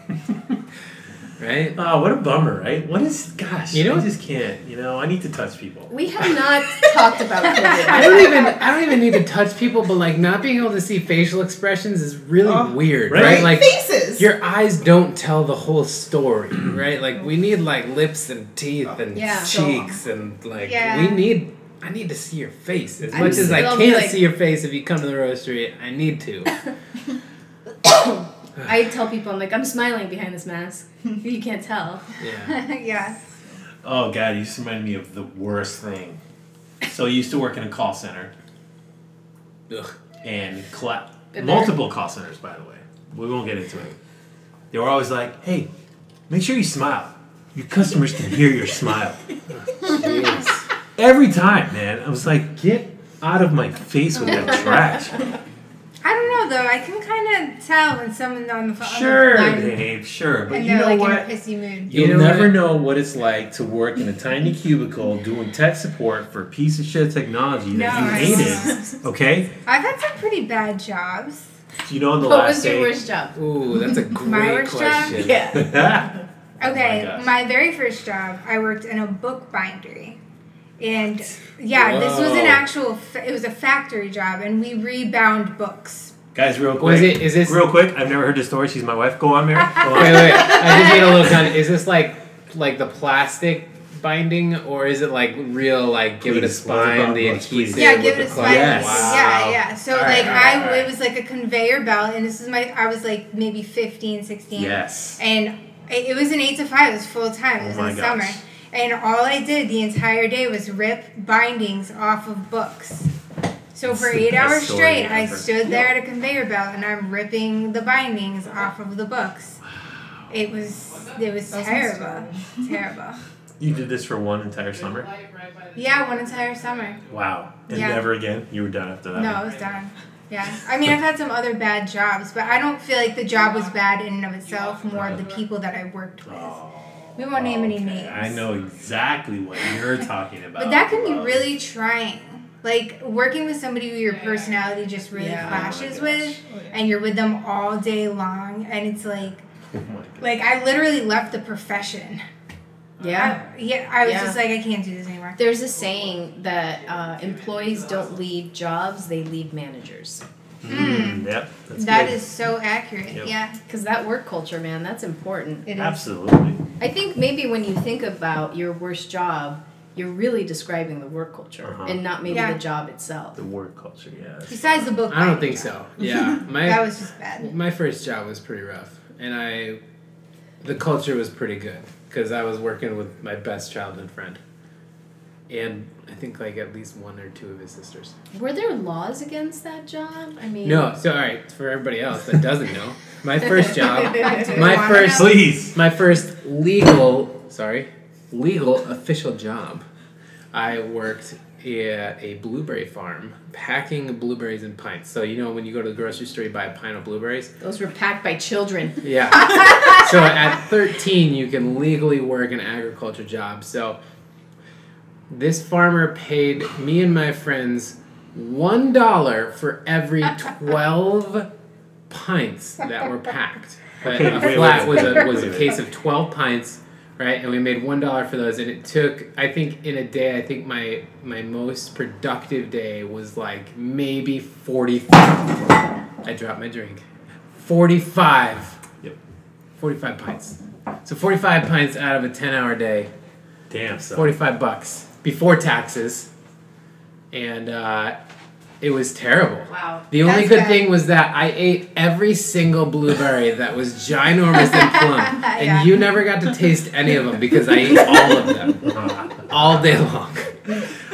right Oh, what a bummer, right? What is, gosh, You you know know, I what- just can't. You know, I need to touch people. We have not talked about I COVID. don't even I don't even need to touch people, but like not being able to see facial expressions is really Oh. weird, Right. right? Like faces. your eyes don't tell the whole story, right? Like we need like lips and teeth and Yeah. cheeks and like Yeah. we need I need to see your face as I'm much as I still can't like- see your face if you come to the roastery. I need to. I tell people, I'm like, I'm smiling behind this mask. You can't tell. Yeah. yeah Oh, God, you just remind me of the worst thing. So I used to work in a call center. Ugh. and colla- Been there. multiple call centers, by the way. We won't get into it. They were always like, "Hey, make sure you smile. Your customers can hear your smile." Jeez. Every time, man, I was like, "Get out of my face with that trash." i don't know though i can kind of tell when someone on the phone sure, on the line, babe, sure, but and you they're know like what? in a pissy mood You'll You know never what? know what it's like to work in a tiny cubicle doing tech support for a piece of shit technology that No, I you know. hated. Okay, i've had some pretty bad jobs Do you know on the What last was day? your worst job? Ooh, that's a great worst job? question. Yeah. Oh Okay, gosh. my, very first job, I worked in a book bindery. And yeah, this was an Whoa. actual, fa- it was a factory job, and we rebound books. Guys, real quick. Was it? Is this? Wait, Real quick, I've never heard this story. She's my wife. Go on, Mary. Go wait. on. wait. I just need a little time. Is this like, like the plastic binding, or is it like real? Like, give it a Please, spine, the let's please. adhesive. Yeah, with give it the a club? spike. Yes. Yeah, yeah. So All like right, all right, I all right. it was like a conveyor belt and this is my I was like maybe 15, 16. Yes. And it, it was an 8 to 5, it was full time. It Oh was my in the gosh. summer. And all I did the entire day was rip bindings off of books. So for That's the 8 best hours story straight, I ever. stood there at a conveyor belt and I'm ripping the bindings off of the books. It was it was That sounds terrible. terrible. You did this for one entire summer. Yeah, one entire summer. Wow. And Yeah. never again. You were done after that. No, I was done. Yeah. I mean, I've had some other bad jobs, but I don't feel like the job was bad in and of itself, more the people that I worked with. Oh, We won't name any okay. names. I know exactly what you're talking about. Oh But that can be Wow. really trying. Like, working with somebody who your personality just really Yeah. clashes Oh my gosh. with, and you're with them all day long, and it's like, Oh my God. like I literally left the profession. Yeah. I, yeah, I was Yeah. just like, I can't do this anymore. There's a saying that uh, employees don't leave jobs, they leave managers. Mm, yep. That's That good. is so accurate. Yep. Yeah, Because that work culture, man, that's important. it is. absolutely. I think maybe when you think about your worst job, you're really describing the work culture Uh-huh. and not maybe Yeah. the job itself. The word culture, yes. Besides the book. I don't binding think job. so. Yeah, my That was just bad. My first job was pretty rough, and I, the culture was pretty good because I was working with my best childhood friend, and I think like at least one or two of his sisters. Were there laws against that job? I mean, No, so all right for everybody else that doesn't know, my first job, Do you My wanna first- know? Please. my first legal, sorry, legal official job, I worked at a blueberry farm packing blueberries in pints. So you know when you go to the grocery store, you buy a pint of blueberries. those were packed by children. Yeah. so at 13, you can legally work an agriculture job. So this farmer paid me and my friends one dollar for every 12 pints that were packed. But Okay, a wait, wait, flat was wait. a was Wait, a wait. case of 12 pints. Right, and we made one dollar for those, and it took. I think in a day, I think my my most productive day was like maybe forty five. I dropped my drink. 45. Yep. 45 pints. So 45 pints out of a 10 hour day, Damn, so. 45 bucks before taxes. And uh, it was terrible. Wow. The only That's good bad. thing was that I ate every single blueberry that was ginormous and plum. And Yeah. you never got to taste any of them because I ate all of them all day long.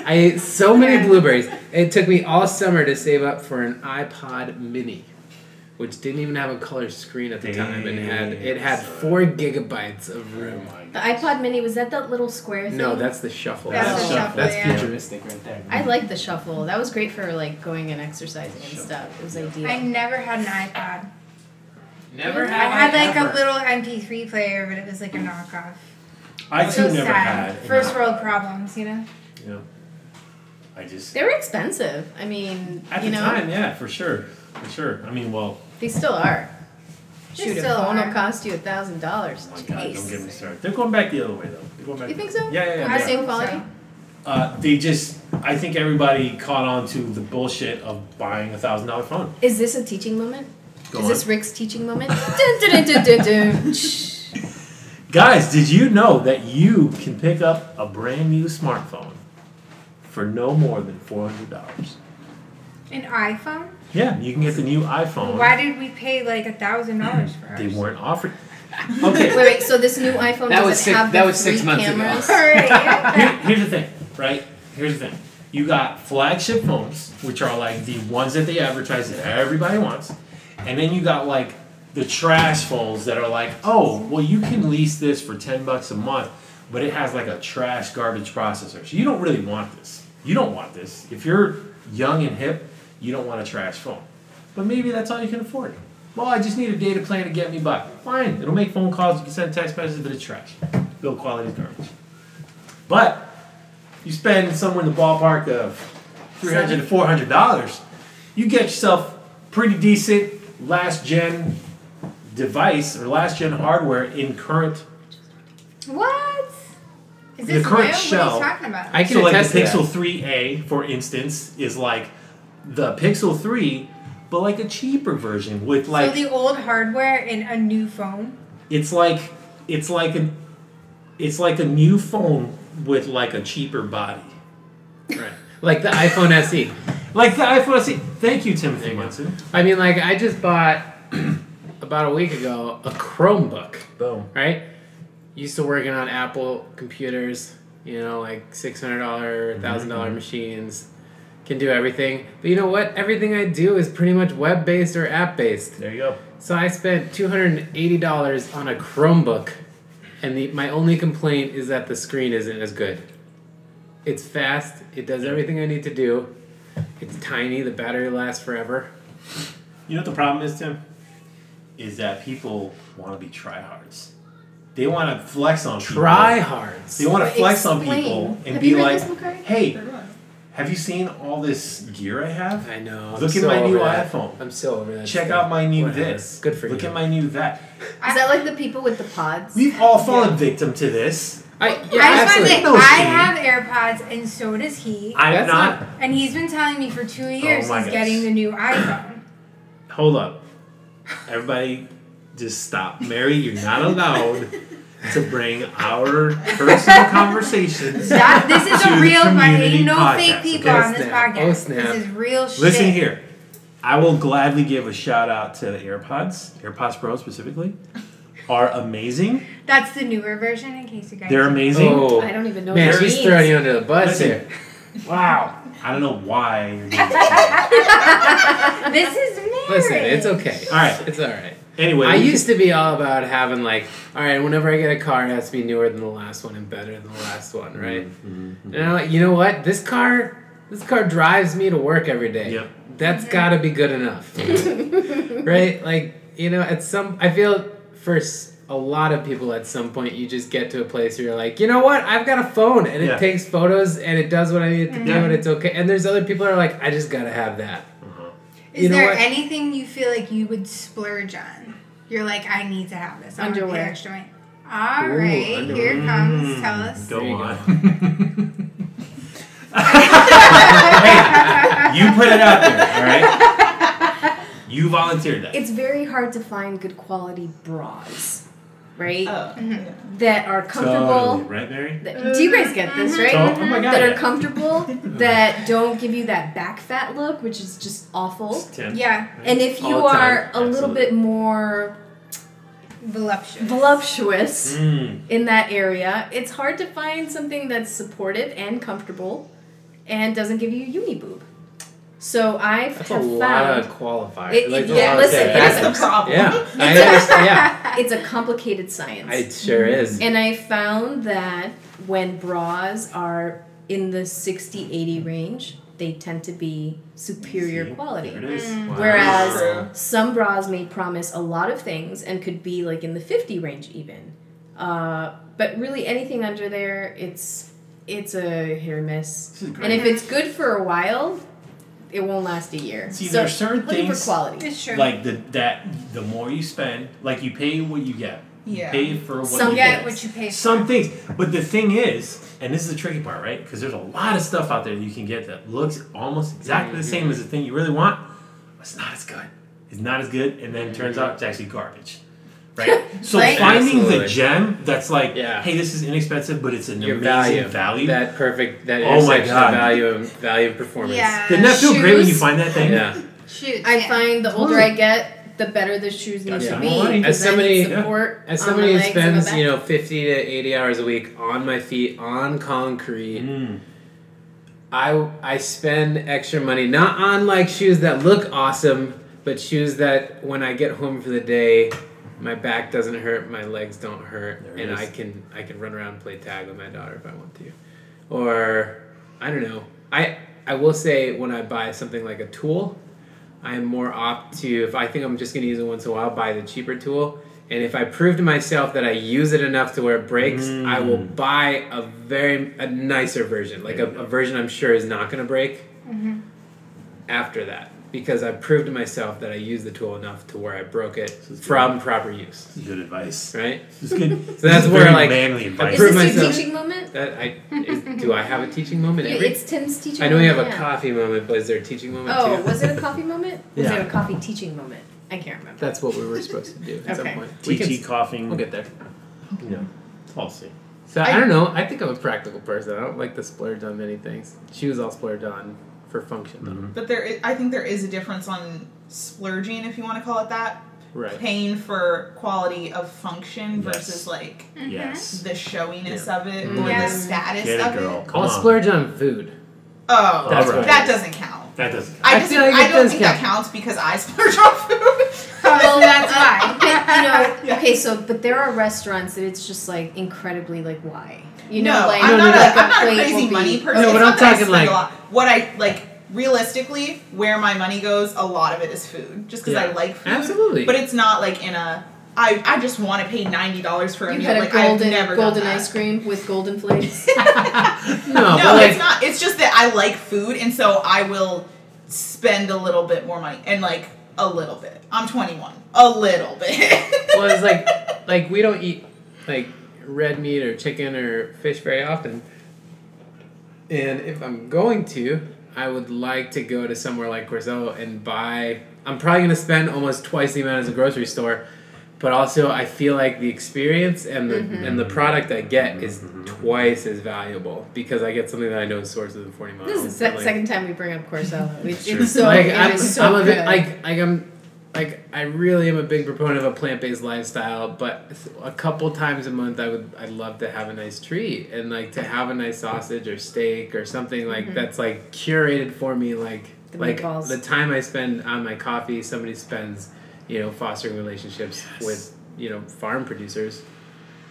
I ate so many blueberries. It took me all summer to save up for an iPod mini, which didn't even have a color screen at the time and had it had Damn, son. four gigabytes of Oh room. my The God. iPod Mini was that that little square thing? No, that's the shuffle. That's the shuffle, That's yeah. futuristic right there. I like the shuffle. That was great for like going and exercising and stuff. It was ideal. I never had an iPod. Never I had like a little MP3 player, but it was like a knockoff. I too so never sad. had. an First iPod. world problems, you know. You know, I just. They were expensive. I mean, At you the know, time, yeah, for sure. For sure. I mean, well, they still are. They Shoot, still a phone are. will cost you a thousand dollars. oh my God, don't get me started. They're going back the other way, though. They're going back You the- think so? Yeah, yeah, yeah. The they are. same hope quality? so. Uh, they just, I think everybody caught on to the bullshit of buying a thousand dollar phone. Is this a teaching moment? Go Is on. this Rick's teaching moment? Dun, dun, dun, dun, dun, dun. Shh. Guys, did you know that you can pick up a brand new smartphone for no more than four hundred dollars? An iPhone? Yeah, you can get the new iPhone. Why did we pay like a thousand dollars for They ours? weren't offered. wait, Okay, wait. So this new iPhone That doesn't was six- have that the was six three months ago. cameras. All right, here, yeah. here's the thing, right? Here's the thing. You got flagship phones, which are like the ones that they advertise that everybody wants, and then you got like the trash phones that are like, oh, well, you can lease this for ten bucks a month, but it has like a trash garbage processor. So you don't really want this. You don't want this. If you're young and hip, you don't want a trash phone. But maybe that's all you can afford. Well, I just need a data plan to get me by. Fine, it'll make phone calls, you can send text messages, but it's trash. Build quality is garbage. But you spend somewhere in the ballpark of three hundred to four hundred dollars, you get yourself pretty decent last gen device or last gen hardware in current. What? Is The this current real? shell- What are you talking about? I can so like attest the to that. Pixel 3a, for instance, is like the Pixel 3, but like a cheaper version with like so the old hardware in a new phone. it's like it's like a it's like a new phone with like a cheaper body. Right. Like the iPhone SE. Like the iPhone SE. Thank you, Timothy Matsu. I mean, like I just bought about a week ago a Chromebook. Boom. right? Used to working on Apple computers, you know, like six hundred Mm-hmm, dollar, thousand dollar machines, can do everything. But you know what? Everything I do is pretty much web based or app based. There you go. So I spent two hundred and eighty dollars on a Chromebook, and the, my only complaint is that the screen isn't as good. It's fast. It does everything I need to do. It's tiny. The battery lasts forever. You know what the problem is, Tim? Is that people want to be tryhards. They want to flex on people. Try hards. They want to But flex on explain. people and Have be you read like, this book already? "Hey, Oh, have you seen all this gear I have? I know. I'm Look at so my new over that. iPhone. I'm so over that. Check shit. out my new Whatever. this. Good for Look you. at my new that." Is that like the people with the pods? We've all fallen victim to this. I, I yeah, just want to absolutely. say, No, I she- have AirPods and so does he. I'm That's not, and he's been telling me for two years Oh my he's gosh. getting the new iPhone. Hold up, everybody, just stop. Mary, you're not allowed to bring our personal conversations. That- this is To a the real fight. community Ain't no podcast, fake people okay? on this Snap. podcast. Oh, snap. This is real shit. Listen here. I will gladly give a shout out to the AirPods, AirPods Pro specifically, are amazing. That's the newer version, in case you guys. They're amazing. Oh, I don't even know. man, what she's it throwing means. you under the bus Listen. here. Wow. I don't know why you're doing This this. is Mary. Listen, it's okay. All right. It's all right. Anyway, I we- used to be all about having like, all right, whenever I get a car, it has to be newer than the last one and better than the last one, right? And I'm like, you know what? This car, this car drives me to work every day. Yep. That's got to be good enough, right? Like, you know, at some, I feel for s- a lot of people, at some point, you just get to a place where you're like, you know what? I've got a phone and it Yeah. takes photos and it does what I need it to do Mhm. and it's okay. And there's other people that are like, I just got to have that. Is you know there what? anything you feel like you would splurge on? You're like, I need to have this. I wanna pay Underwear. extra money. All Ooh, right, underwear. Mm. here it comes. Tell us. Mm. Go There you go. on. hey, you put it out there, all right? You volunteered that. It's very hard to find good quality bras, right? Uh, Oh, yeah. that are Totally, comfortable. right, Mary? that- do you guys get this, right? Oh, oh my god. that are yeah. comfortable, that don't give you that back fat look, which is just awful. Tim. Yeah, And if you All the time, are a little absolutely. bit more voluptuous. voluptuous Mm, in that area, it's hard to find something that's supportive and comfortable and doesn't give you uni boob. So I That's have a found lot of qualifiers. It- Like, it- a yeah, lot of listen, it setbacks. is That's the problem. Yeah, I understand. Yeah, it's a complicated science. it sure is. And I found that when bras are in the 60 80 range, they tend to be superior see? There it quality. is. Mm. Whereas- Wow. Some bras may promise a lot of things and could be like in the 50 range even. Uh, but really anything under there, it's it's a hit or miss. This is great. And if it's good for a while, it won't last a year. See, so there are certain looking things- for quality. It's true. like the that the more you spend, like you pay what you get. You Yeah. Pay for what Some you you get. get what you pay for. Some things, but the thing is, and this is the tricky part, right? Because there's a lot of stuff out there you can get that looks almost exactly the same as the thing you really want, but it's not as good. It's not as good, and then turns out it's actually garbage, right? So Right. finding the Absolutely. gem that's like, Yeah. hey, this is inexpensive, but it's an Your amazing value, value. that perfect, that Oh my intersection of God. value and value and performance. yeah. Didn't that feel great when you Shoes. find that thing? Yeah. Shoes. I yeah. find the older Totally. I get, the better the shoes need Gotcha. to Well, I- be. 'cause As I somebody- need support As on my somebody who legs and my spends, back. you know, fifty to eighty hours a week on my feet on concrete, Mm. I I spend extra money not on like shoes that look awesome, but shoes that when I get home for the day, my back doesn't hurt, my legs don't hurt, There it and is. I can I can run around and play tag with my daughter if I want to, or I don't know. I I will say when I buy something like a tool, I am more opt to if I think I'm just going to use it once in a while, buy the cheaper tool. And if I prove to myself that I use it enough to where it breaks, I will Mm. buy a very a nicer version, like a, There you go. a Mm-hmm. version I'm sure is not going to break. After that, because I proved to myself that I used the tool enough to where I broke it This is from proper use. Good advice. Right? This is good. So that's this is where very like manly advice. prove Is this your myself. teaching moment? that I is, do I have a teaching moment You- every it's Tim's teaching. I know we have moment, a yeah. coffee moment, but is there a teaching moment Oh, too? was it a coffee moment? Was Yeah. there a coffee teaching moment? I can't remember. That's what we were supposed to do at Okay. some point. We TT coughing. will get there. You know, I'll see. So I, I- don't know. I think I'm a practical person. I don't like to splurge on many things. She was all splurged on for function though. Mhm. But there, is, I think there is a difference on splurging, if you want to call it that, Right. paying for quality of function Yes. versus like Yes. the showiness of it Mm. or Yeah. the status Get of it, girl. it. Come I'll on. splurge on food. Oh, That's right. that doesn't count. That doesn't. I, I just, feel like I it don't does think that counts because I splurge on food. Well, that's Uh, why. but, you know, Yeah. okay, so but there are restaurants that it's just like incredibly like why, you know, no, like I'm No, not no, a, like I'm not a plate crazy will be- money person. No, It's but not I'm that I talking, spend a like- lot. what I like realistically where my money goes. A lot of it is food, just because I Yeah. like food. Absolutely. But it's not like in a. I, I just want to pay ninety dollars for a You meal. had a like golden I've never golden done that. ice cream with golden flakes. no, No, but like it's not. It's just that I like food, and so I will spend a little bit more money, and like a little bit. I'm 21. A little bit. well, it's like like we don't eat like red meat or chicken or fish very often. And if I'm going to, I would like to go to somewhere like Grizel and buy. I'm probably going to spend almost twice the amount as a grocery store, but also I feel like the experience and the Mm-hmm. and the product I get is twice as valuable because I get something that I know is sourced within 40 miles. this is the Like- se- second time we bring up Corsella. It's, Sure. it's so like it I'm, is so I'm a good. bit, like like I'm like I really am a big proponent of a plant based lifestyle, but a couple times a month I would I'd love to have a nice treat and like to have a nice sausage or steak or something like that's like curated for me like The like meatballs. the time I spend on my coffee somebody spends you know fostering relationships with you know farm producers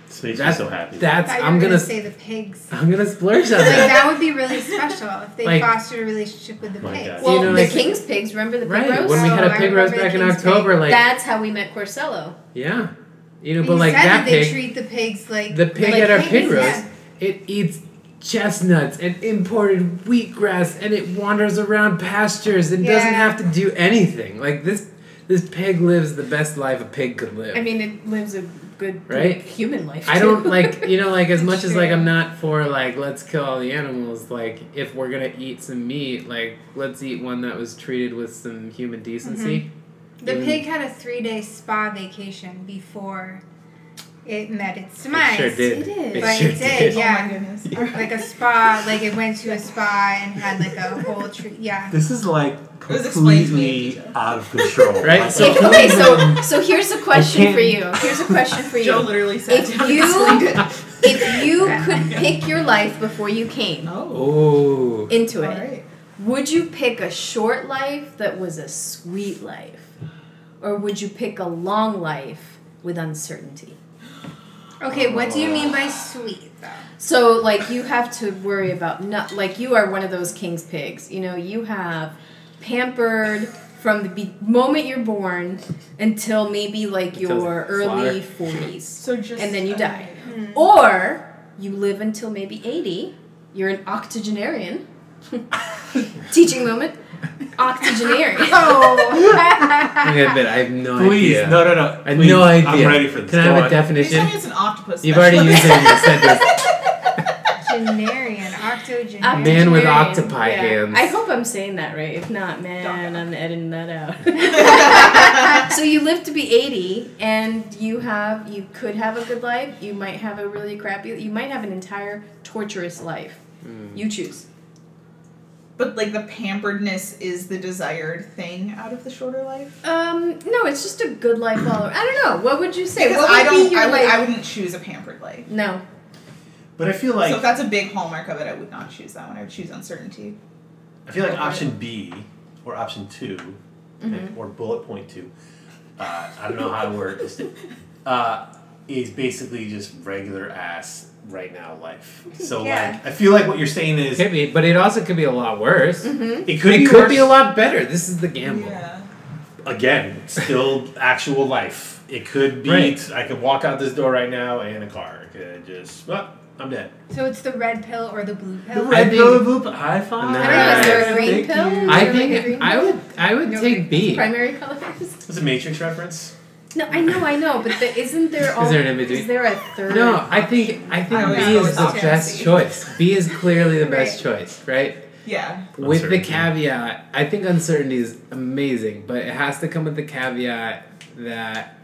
This makes me That's- so happy. that's I thought you I'm were gonna say the pigs. I'm gonna splurge on Like that that would be really special if they Like- fostered a relationship with the My pigs. God. well, you know, the like- king's pigs. Remember the pig right roast? when we had Oh, a I pig roast remember back in King's Pig. October like That's how we met Corsello. yeah you know And but you like said that they pig. treat the pigs like The pig like at our pigs, pig roast, yeah. it eats chestnuts and imported wheatgrass, and it wanders around pastures and doesn't Yeah. have to do anything. Like this, this pig lives the best life a pig could live. I mean, it lives a good Right? human life. I too. don't like you know like as much as like Sure. I'm not for like let's kill all the animals like if we're gonna eat some meat like let's eat one that was treated with some human decency. The Mm. pig had a three day spa vacation before it met its It demise. sure did. It is. It Like, sure Mm-hmm. it did, did. Yeah. Oh my goodness. Like a spa, like it went to a spa and had like a whole tree. Yeah. This is like was explained to me. completely out of control. Right? Like, So- okay, so so here's a question for you. Here's a question for Joe you. literally said If you- If you could pick your life before you came Oh, Oh. into All it, right. would you pick a short life that was a sweet life, or would you pick a long life with uncertainty? Okay, what Oh. do you mean by sweet though? So like you have to worry about not like you are one of those king's pigs. You know you have pampered from the be- moment you're born until maybe like Until your early slaughter. forties. So just And then you uh, die. Or you live until maybe 80. You're an octogenarian. Teaching moment. Octogenarian. Oh. I'm gonna admit I have no Please, idea. no, no, no. I have Please, no idea. I'm ready for this. Can I Go have a on. Please definition? tell me it's an octopus. You've already used specialist. it in your sentence. Genarian, octogenarian. Man with Octogenarian, octopi hands. I hope I'm saying that right. If not, man, I'm editing that out. so you live to be 80 and you have you could have a good life. You might have a really crappy you might have an entire torturous life. Mm. You choose. But like the pamperedness is the desired thing out of the shorter life. Um, no, it's just a good life all around. I don't know. What would you say? Because what would I don't. be your I, would, life? I wouldn't choose a pampered life. No. But I feel like so if that's a big hallmark of it, I would not choose that one. I would choose uncertainty. I feel like option B or option 2 Mm-hmm. or bullet point two. Uh, I don't know how to word this. Uh, is basically just regular ass right now life. So Yeah. like, I feel like what you're saying is Could be, but it also could be a lot worse. Mm-hmm. it could it be could worse. be a lot better. This is the gamble. Again, still actual life. It could be. Right. I could walk out this door right now and a car. It could just well, I'm dead. So it's the red pill or the blue The pill. red think- pill and blue pill. High five. I don't know, is there a Thank green pill? you. Is I there, like, a green think I would I would No, take B. Primary colors. It's a Matrix reference. No, I know, I know, but the, isn't there all? Is there an in-between? Is there a third? No, I think I think I always B go is with the the best Chelsea. choice. B is clearly the best choice, right? Yeah. With the Uncertainty. caveat, I think uncertainty is amazing, but it has to come with the caveat that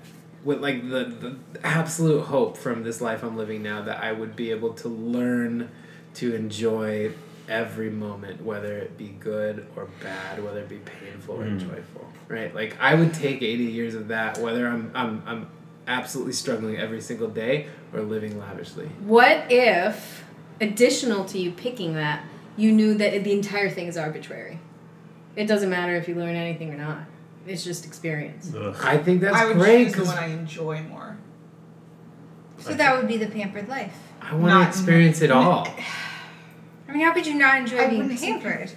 with like the, the absolute hope from this life I'm living now that I would be able to learn to enjoy every moment, whether it be good or bad, whether it be painful or Mm. joyful. Right? Like I would take eighty years of that, whether I'm I'm I'm absolutely struggling every single day or living lavishly. What if, additional to you picking that, you knew that the entire thing is arbitrary? It doesn't matter if you learn anything or not. It's just experience. Ugh. I think that's I would great choose the 'cause one I enjoy more. So that would be the pampered life. I want to Not- experience it all. I mean, how could you not enjoy I being wouldn't say pampered?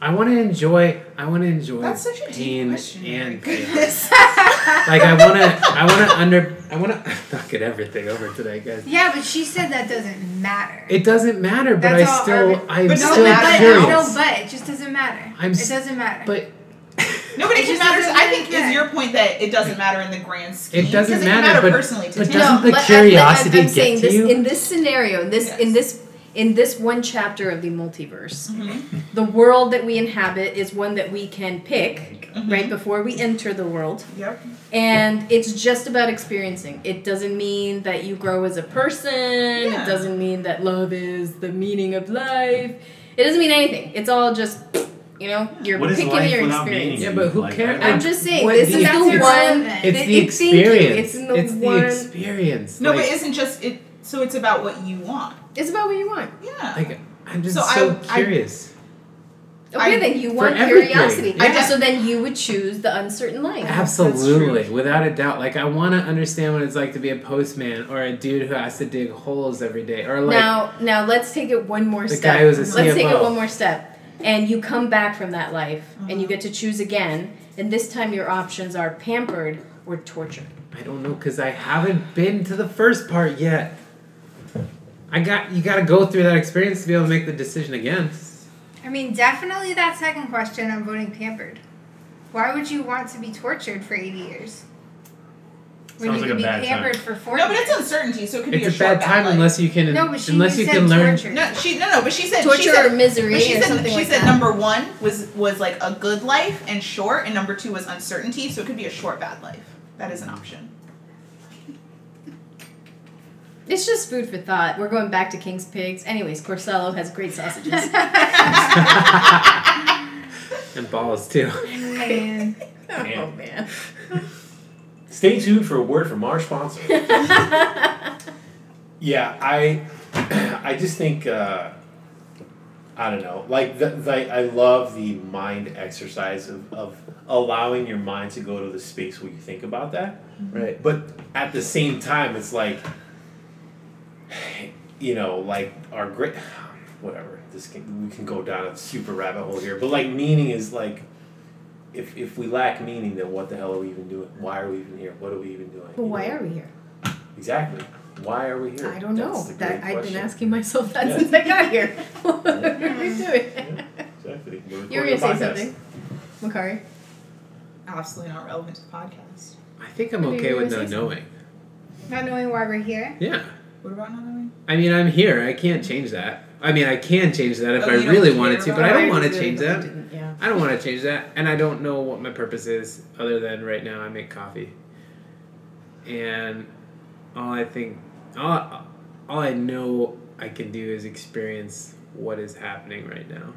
I want to enjoy. I want to enjoy That's such a deep pain question. and Mary. pain. like I want to. I want to under. I want to knock it everything over today, guys. Yeah, but she said that doesn't matter. It doesn't matter, but That's I all still. urban- I'm But still no, that- but, no, curious. but it just doesn't matter. I'm it s- doesn't matter. but No, but It it can just matter. doesn't I think matter. is your point that it doesn't matter in the grand scheme. It doesn't 'Cause matter, It can matter but- personally to but Tim. doesn't- the but I- but curiosity I'm, I'm get saying to this you? in this scenario, in this in Yes. this in this one chapter of the multiverse, Mhm. the world that we inhabit is one that we can pick Mhm. right before we enter the world. Yep. And it's just about experiencing. It doesn't mean that you grow as a person. It Yeah. doesn't mean that love is the meaning of life. It doesn't mean anything. It's all just, you know, you're What is picking life your without experience. meaning? Yeah, but who Like, cares? I- I'm just saying, What this do is you- That's the one. irrelevant. it's it- the it- thank you. experience. It's in the one- the experience. No, like, but isn't just it. So it's about what you want. It's about what you want. Yeah. like I'm just So I- so I- curious. Okay, I- then you want everything. curiosity. I just- So then you would choose the uncertain life. Absolutely, without a doubt. Like I want to understand what it's like to be a postman or a dude who has to dig holes every day, or like now, now let's take it one more The step. guy who's a Let's take it CFO. one more step, and you come back from that life, and Uh-huh. you get to choose again. And this time, your options are pampered or tortured. I don't know because I haven't been to the first part yet. I got you got to go through that experience to be able to make the decision again. I mean, definitely that second question. I'm voting pampered. Why would you want to be tortured for 80 years? When Sounds you like could a be bad time. pampered for 40. no, but it's uncertainty, so it could be It's a short bad time life. unless you can No, but she unless you said can learn. tortured. No, she no no, but she said she Torture said or misery But she or said something she like said that. number one was was like a good life and short, and number two was uncertainty, so it could be a short bad life. That is an option. It's just food for thought. We're going back to King's Pigs. Anyways, Corsello has great sausages. Oh, and balls too. Man. oh man. Stay tuned for a word from our sponsor. yeah, I, I just think, uh, I don't know. Like the, the, I love the mind exercise of, of allowing your mind to go to the space where you think about that. Mm-hmm. Right. But at the same time, it's like, you know, like our great, whatever. This can we can go down a super rabbit hole here. But like meaning is like, if if we lack meaning, then what the hell are we even doing? Why are we even here? What are we even doing? But why are we here? Exactly. Why are we here? I don't know. That's the great That I've been question. asking myself that Yeah. since I got here. what are we doing? Exactly. We're You were recording gonna a say podcast. something, Makari. Absolutely not relevant to the podcast. I think I'm Maybe okay you with wanna no say knowing. Not knowing why we're here. Yeah. What about not knowing? I mean, I'm here. I can't change that. I mean, I can change that if Oh, I you don't really care wanted to, about but I it. don't want to Really, change but I that. didn't, Yeah. I don't want to change that, and I don't know what my purpose is other than right now I make coffee, and all I think, all, all I know I can do is experience what is happening right now,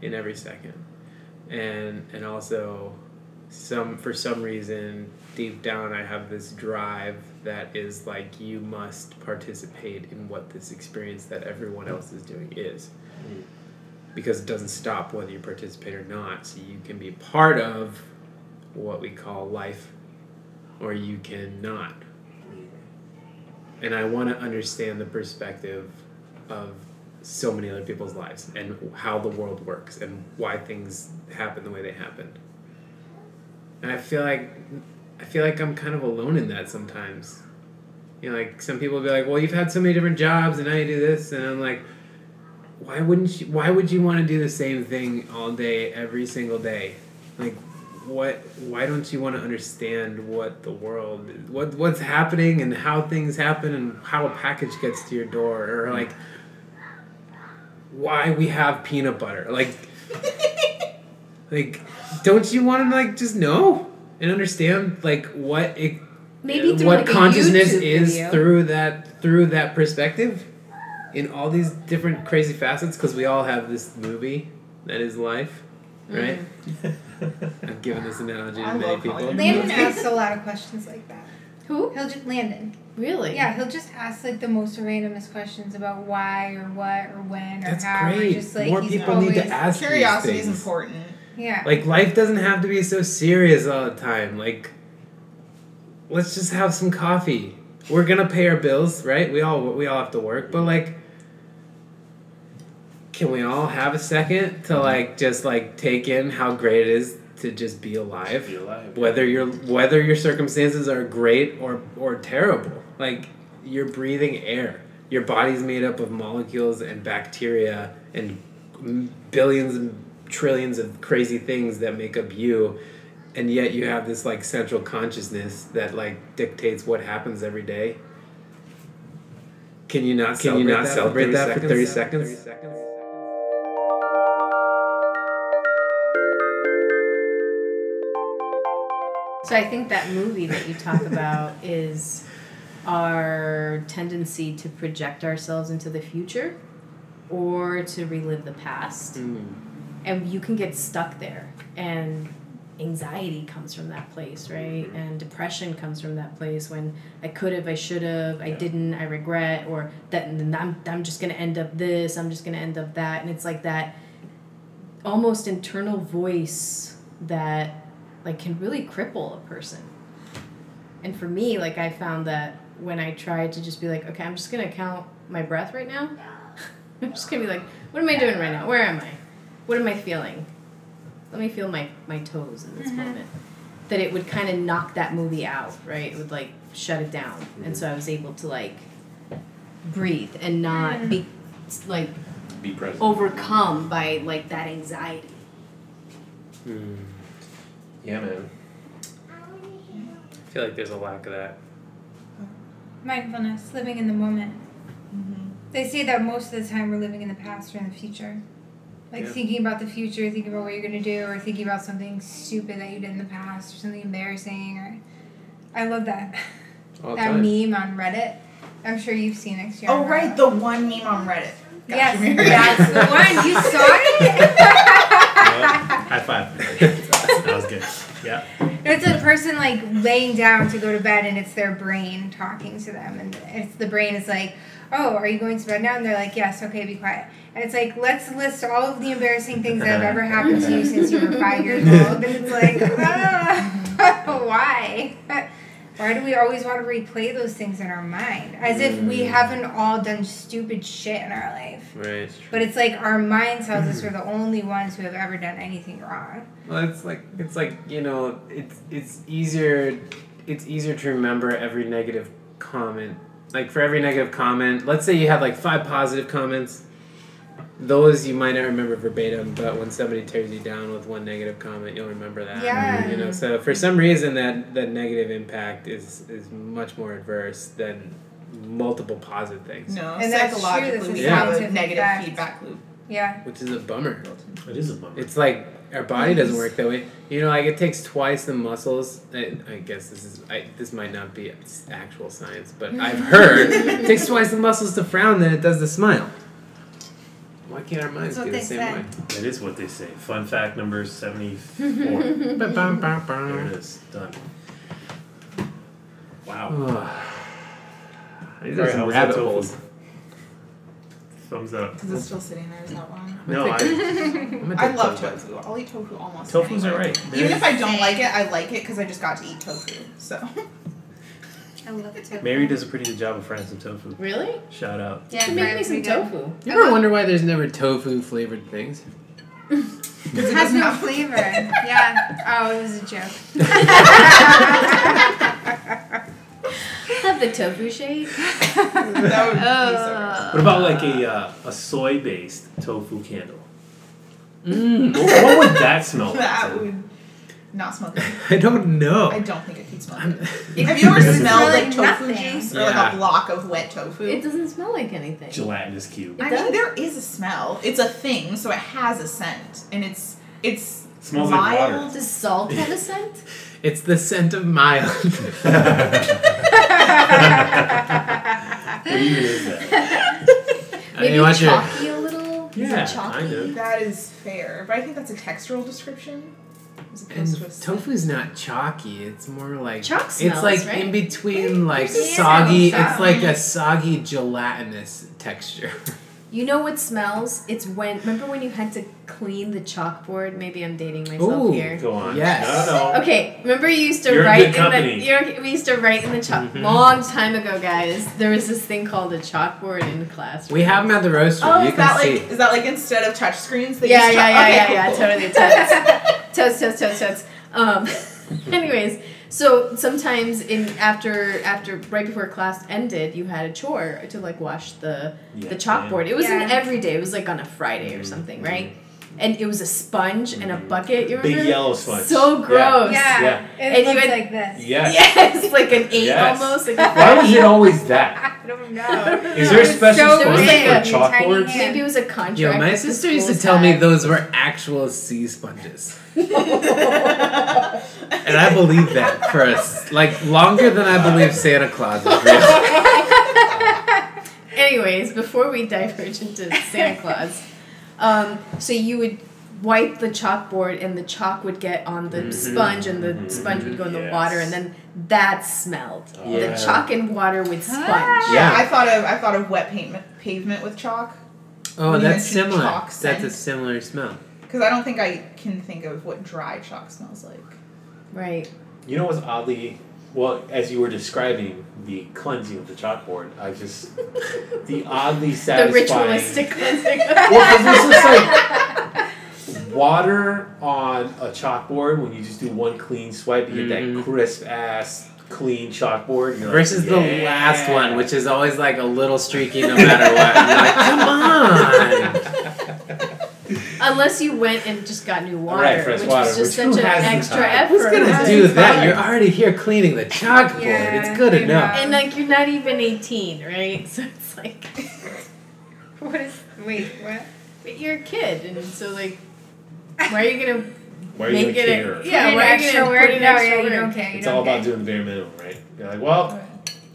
in every second, and and also, some for some reason deep down I have this drive that is like you must participate in what this experience that everyone else is doing is because it doesn't stop whether you participate or not. So you can be part of what we call life, or you can not. And I want to understand the perspective of so many other people's lives and how the world works and why things happen the way they happen. And I feel like I feel like I'm kind of alone in that sometimes. You know, like some people be like, "Well, you've had so many different jobs, and now you do this," and I'm like, "Why wouldn't you? Why would you want to do the same thing all day, every single day? Like, what? Why don't you want to understand what the world, what what's happening, and how things happen, and how a package gets to your door, or like, why we have peanut butter? Like, like, don't you want to like just know and understand like what it Maybe through what like a consciousness YouTube is video. through that through that perspective in all these different crazy facets because we all have this movie that is life right Mm. i've given this analogy to I many love people Hollywood. Landon asks a lot of questions like that. Who? He'll just Landon. Really? Yeah, he'll just ask like the most randomest questions about why or what or when or that's how. Or great just like more he's people always, need to ask these Curiosity is things. important. Yeah. like life doesn't have to be so serious all the time like let's just have some coffee we're gonna pay our bills right we all we all have to work but like can we all have a second to like just like take in how great it is to just be alive Be alive. whether your whether your circumstances are great or or terrible like you're breathing air your body's made up of molecules and bacteria and billions and trillions of crazy things that make up you and yet you have this like central consciousness that like dictates what happens every day can you not can you not celebrate that for 30 seconds, So I think that movie that you talk about is our tendency to project ourselves into the future or to relive the past. Mm. And you can get stuck there. And anxiety comes from that place, right? Mm-hmm. And depression comes from that place when I could have, I should have, I Yeah. didn't, I regret, or that and I'm, I'm just going to end up this, I'm just going to end up that. And it's like that almost internal voice that like can really cripple a person. And for me, like I found that when I tried to just be like, okay, I'm just gonna count my breath right now. I'm just gonna be like, what am I doing right now? Where am I? What am I feeling? Let me feel my, my toes in this moment. That it would kind of knock that movie out, right? It would like shut it down. Mm-hmm. And so I was able to like breathe and not be like Be present. overcome by like that anxiety. Mm. Yeah, man. i feel like there's a lack of that Mindfulness, living in the moment. Mm-hmm. They say that most of the time we're living in the past or in the future. Like Yeah. thinking about the future, thinking about what you're gonna do, or thinking about something stupid that you did in the past, or something embarrassing, or I love that all the that time meme on Reddit. I'm sure you've seen it. Kiara. Oh right, the one meme on Reddit. Gotcha, Yes, Mary. that's the one. You saw it. High five. that was good. Yeah. It's a person like laying down to go to bed, and it's their brain talking to them, and it's the brain is like, "Oh, are you going to bed now?" And they're like, "Yes, okay, be quiet." And it's like, "Let's list all of the embarrassing things that have ever happened to you since you were five years old." And it's like, ah, why? Why do we always want to replay those things in our mind, as if we haven't all done stupid shit in our life? right But it's like our mind tells us we're the only ones who have ever done anything wrong. Well, it's like it's like you know, it's it's easier, it's easier to remember every negative comment. Like for every negative comment, let's say you have like five positive comments. Those you might not remember verbatim, but when somebody tears you down with one negative comment, you'll remember that. Mm-hmm. Yeah. You know, so for some reason that that negative impact is is much more adverse than multiple positive things, No, And that's true, psychologically this we is have a scientific negative fact. feedback loop. Yeah. which is a bummer. built in. It is a bummer. It's like our body doesn't work that way. You know, like it takes twice the muscles. I, I guess this is I, this might not be s- actual science, but I've heard it takes twice the muscles to frown than it does to smile. Why can't our minds That's what be the they same said. way? That is what they say. Fun fact number 74. there it Ba-bum-bum-bum. is. Done. Wow. Ugh. These Sorry, are I some was rabbit so tofu. holes. Thumbs up. Because it's still sitting there. It's not one. No, I, I'm I addicted love to it. tofu. I'll eat tofu almost. tofu's anywhere. alright. Even if I don't like it, I like it because I just got to eat tofu. So I love tofu. Mary does a pretty good job of frying some tofu. Really? Shout out. Yeah, You make me some tofu. You ever wonder why there's never tofu flavored things? It has no flavor. yeah. Oh, it was a joke. Have have the tofu shake? that would be so Uh, gross. What about like a uh, a soy based tofu candle? Mm, What, what would that smell like? That would not smell good. I don't know. I don't think it could smell I'm- good. Have you ever It's smelled really like tofu nothing. juice or Yeah. like a block of wet tofu? it doesn't smell like anything. Gelatinous cube. It I does. mean, there is a smell. It's a thing, so it has a scent, and it's it's Smells like mild. water. Does salt have a scent? It's the scent of mild. What even is that? Maybe you watch it. chalky a little. Is it Yeah, chalky? kind of. That is fair, but I think that's a textural description as opposed to a And scent. tofu's not chalky. It's more like Chalk it's smells, like right? in between, like there's a soggy. smell of It's chalk. like a soggy gelatinous texture. You know what smells? It's when remember when you had to clean the chalkboard. Maybe I'm dating myself Ooh. here. Go on. Yes. No, no. Okay, remember you used to You're in write good in company. the you're, we used to write in the chalk Mhm. long time ago, guys. There was this thing called a chalkboard in class. We have them at the roaster. Oh, you is can that see. like is that like instead of touch screens? They yeah, use yeah, yeah, touch- yeah, okay, yeah, cool. totally totes, totes, totes, totes, totes. Um, anyways, so sometimes in after after right before class ended, you had a chore to like wash Yeah, the Mm-hmm. the chalkboard. It was an Yeah. every day. It was like on a Friday or something, right? And it was a sponge and a bucket. You Big remember? yellow sponge. So Yeah. gross. Yeah. Yeah. It And you looks had- like this. Yes. Yes, like an eight Yes. almost. Like Why a was it always that? I don't know. Is there a It's special so sponge big. for Your tiny chalkboards? hand. Maybe it was a contract. Yo, my that the sister used to schools tell me had. those were actual sea sponges. and I believe that for us, like longer than I believe Santa Claus is real. Anyways, before we diverge into Santa Claus, um, so you would wipe the chalkboard and the chalk would get on the Mhm. sponge and the sponge would go in the Yes. Oh. water and then that smelled. Yeah. The chalk and water with sponge. Yeah. I thought of I thought of wet pavement pavement with chalk Oh, You that's mentioned similar. chalk That's a scent. similar smell. because I don't think I can think of what dry chalk smells like. Right. You know what's oddly well, as you were describing the cleansing of the chalkboard, I just the oddly The satisfying. ritualistic cleansing. Well, 'cause it's just like water on a chalkboard when you just do one clean swipe, you get Mhm. that crisp ass clean chalkboard. You're like, Versus the "Yeah." last one, which is always like a little streaky no matter what. You're like, come on. Unless you went and just got new water, Right, fresh which water, was just which who such an has the extra time? effort. Who's gonna right? do that? You're already here cleaning the chalkboard. Yeah, it's good you enough. And like you're not even 18, right? So it's like What is? Wait, what? But you're a kid, and so like, why are you gonna? Why are you make gonna it a- care? Yeah, Put in why are you extra gonna work? put in no, extra yeah, you work? don't care. You It's don't all care. about doing the bare minimum, right? You're like, well,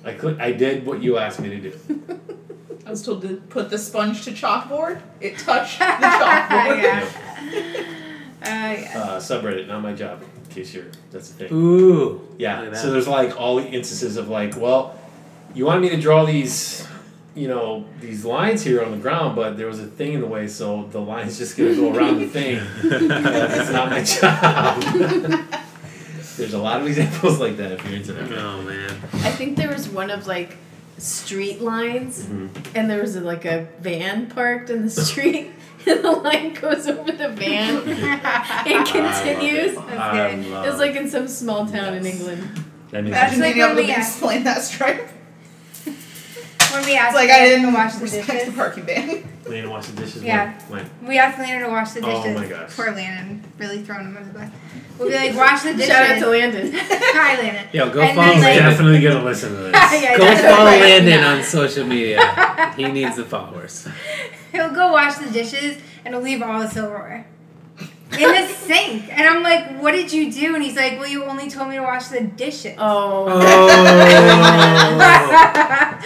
I cl- I did what you asked me to do. I was told to put the sponge to chalkboard. It touched the chalkboard. Yeah. Uh, yeah. Uh, subreddit, not my job. In case you're, that's the thing. Ooh. Look Yeah. at So that. there's like all the instances of like, well, you wanted me to draw these, you know, these lines here on the ground, but there was a thing in the way, so the line's just gonna go around the thing. That's not my job. there's a lot of examples like that if you're into that. Oh man. I think there was one of like street lines, Mm-hmm. and there was like a van parked in the street, and the line goes over the van and continues. That's I good. love It was like in some small town in Yes. England. That makes That's Imagine sense. like being when able to we uh, asked- explain that stripe. Uh, When we asked It's like I Lena didn't to wash the respect the dishes, parking ban. Lena wash the dishes. Yeah. When, we asked Lana to wash the dishes. Oh my gosh. Poor Lana, I'm really throwing him under the bus. We'll be like, wash the dishes. Shout out to Landon. Hi, Lana. Yo, go And follow then, like- Landon. definitely gonna listen to this. yeah, Go that's follow right. Landon on social media. He needs the followers. He'll go wash the dishes and he'll leave all the silverware in the sink. And I'm like, what did you do? And he's like, well, you only told me to wash the dishes. Oh, Oh.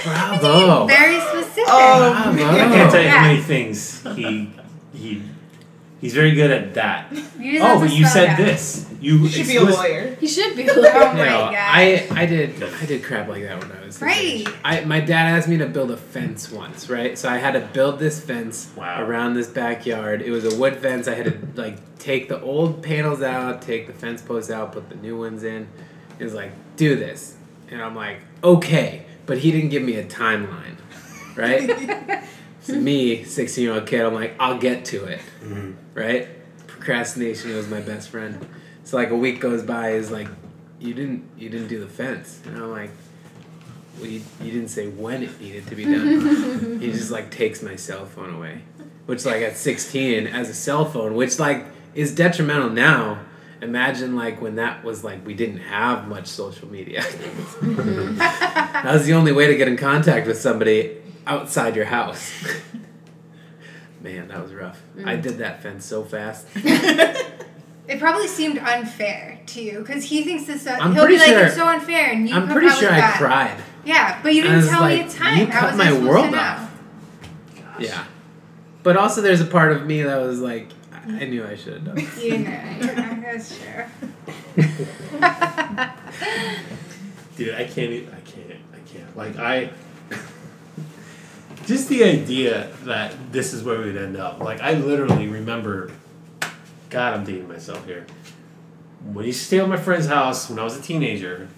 Bravo. Very specific. Oh, I man. can't tell you how Yeah. many things he he he's very good at that. You just oh, have to but you spell it said out. this. You You should be a explicit- lawyer. he should be. Like, Oh You my know, god. I, I did I did crap like that when I was his Right. age. I my dad asked me to build a fence once, right? So I had to build this fence Wow. around this backyard. It was a wood fence. I had to like take the old panels out, take the fence posts out, put the new ones in. It was like, do this. And I'm like, okay. But he didn't give me a timeline. Right? so me, sixteen year old kid, I'm like, I'll get to it. Right? Procrastination was my best friend. So like a week goes by is like you didn't you didn't do the fence. And I'm like, well, you, you didn't say when it needed to be done. he just like takes my cell phone away, which like at 16 as a cell phone, which like is detrimental now. Imagine like when that was like we didn't have much social media. that was the only way to get in contact with somebody outside your house. Man, that was rough. I did that fence so fast. It probably seemed unfair to you because he thinks this. Uh, I'm he'll pretty be like, sure- "It's so unfair," and you I'm could pretty probably sure I got- cried. Yeah, but you I didn't was tell me like, a time. you How cut was my I supposed world to know? off. Yeah. But also, there's a part of me that was like, I I knew I should have done. it. You know, that's true. Dude, I can't. e- I can't. I can't. Like I. Just the idea that this is where we'd end up. Like I literally remember. God, I'm dating myself here. When I used to stay at my friend's house when I was a teenager,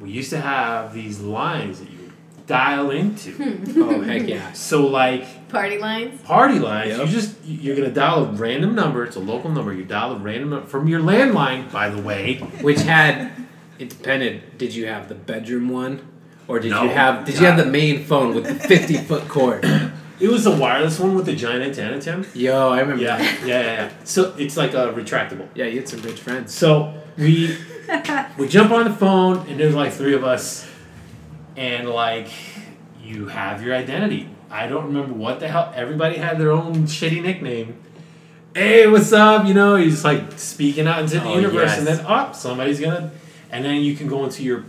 we used to have these lines that you would dial Hmm. into. Oh, heck yeah. so like Hmm. Party lines. party lines, Yep. you just you're gonna dial a random number. It's a local number. You dial a random number from your landline, by the way. Which had, it depended, did you have the bedroom one? Or did No. you have did you have the main phone with the fifty foot cord? It was the wireless one with the giant antenna, Tim. Yo, I remember. Yeah, that. yeah, yeah, yeah. So it's like a retractable. yeah, you had some rich friends. So we we jump on the phone and there's like three of us, and like you have your identity. I don't remember what the hell. Everybody had their own shitty nickname. Hey, what's up? You know, he's like speaking out into the Oh, universe, and yes. then up somebody's gonna, and then you can go into your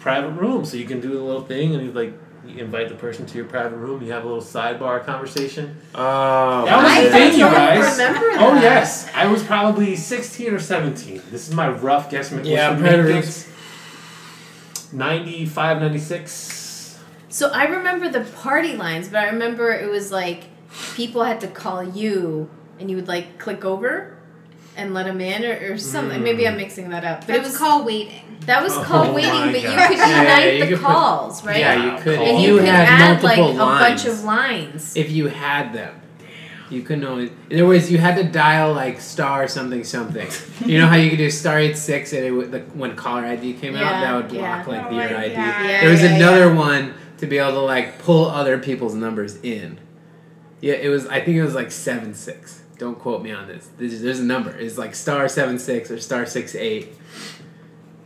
private room, so you can do a little thing, and you like you invite the person to your private room. You have a little sidebar conversation. Oh, That was I the thing, you don't guys. remember Oh that. yes, I was probably sixteen or seventeen. This is my rough guesstimate. Yeah, Was predators. mid- 95, 96. So I remember the party lines, but I remember it was like people had to call you, and you would like click over, and let them in or, or something. Maybe I'm mixing that up, but It was called waiting. that was called Oh my waiting. But God. you could Yeah, unite you the could put- calls, right? Yeah, you could. Wow. And if you, you could had add like multiple lines. a bunch of lines. if you had them. You couldn't always. In other words, you had to dial like star something something. You know how you could do star eight six and it would, the, when caller ID came out, Yeah, that would block yeah. like Oh the your my ID. God. Yeah, there was yeah, another yeah. one to be able to like pull other people's numbers in. Yeah, it was. I think it was like seven six. Don't quote me on this. There's, there's a number. It's like star seven six or star six eight,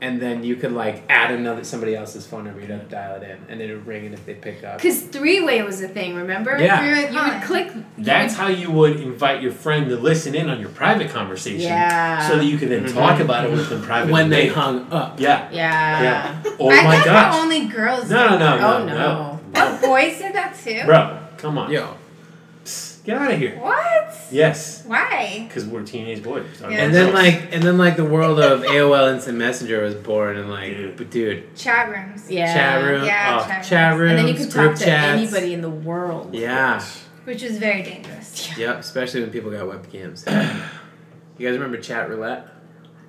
and then you could like add another somebody else's phone number. You'd have to dial it in, and it would ring, and if they pick up, Because three way was a thing, remember? Yeah. Three-way You would calling. click. That's how you would invite your friend to listen in on your private conversation. Yeah. So that you could then talk about it with them privately. Mm-hmm. when they later. hung up. Yeah. Yeah. Yeah. Oh I my thought gosh. that only girls. no, no, no, no, Oh, no. Oh, boys did that too. Bro, come on. Yo, Psst, get out of here. What? Yes. Why? Because we're teenage boys. Yeah. and then like and then like the world of AOL Instant Messenger was born, and like Dude. but dude, Chat rooms. Yeah. chat room, Yeah, oh, chat rooms. chat rooms, And then you could group talk to chats. anybody in the world. Yeah. Which is very dangerous. Yep, especially when people got webcams. you guys remember chat roulette?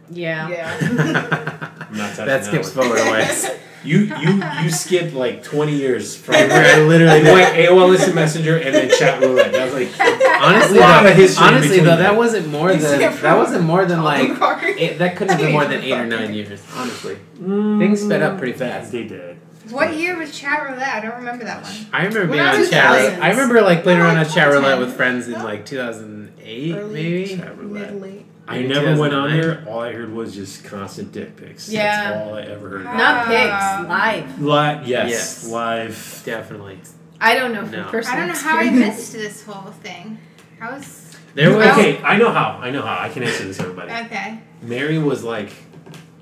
Yeah. Yeah. I'm not touching That that skips one. forward a ways. You you you skipped like 20 years from Where I I literally went AOL Instant Messenger and then chat roulette. That was like, honestly A lot though, of history honestly between though them. that wasn't more You than skipped that wasn't more than like Sorry. eight, that couldn't have been more than eight or Sorry. nine years. Honestly, things sped up pretty fast. They did. What year was chat roulette? I don't remember that one. I remember being We're on not chat. roulette. 2000s. I remember like playing We're around not on chat roulette 2010. with friends in like 2008 Early maybe. Chat Mid roulette. late. I Maybe never went 2009. on there. All I heard was just constant dick pics. Yeah. That's all I ever heard. about. Not Ah. pigs, live. Li- yes, Yes. Live. Definitely. I don't know from No. personal I don't know how I experience. missed this whole thing. I was There was okay, I know how. I know how. I can answer this, everybody. okay. Mary was like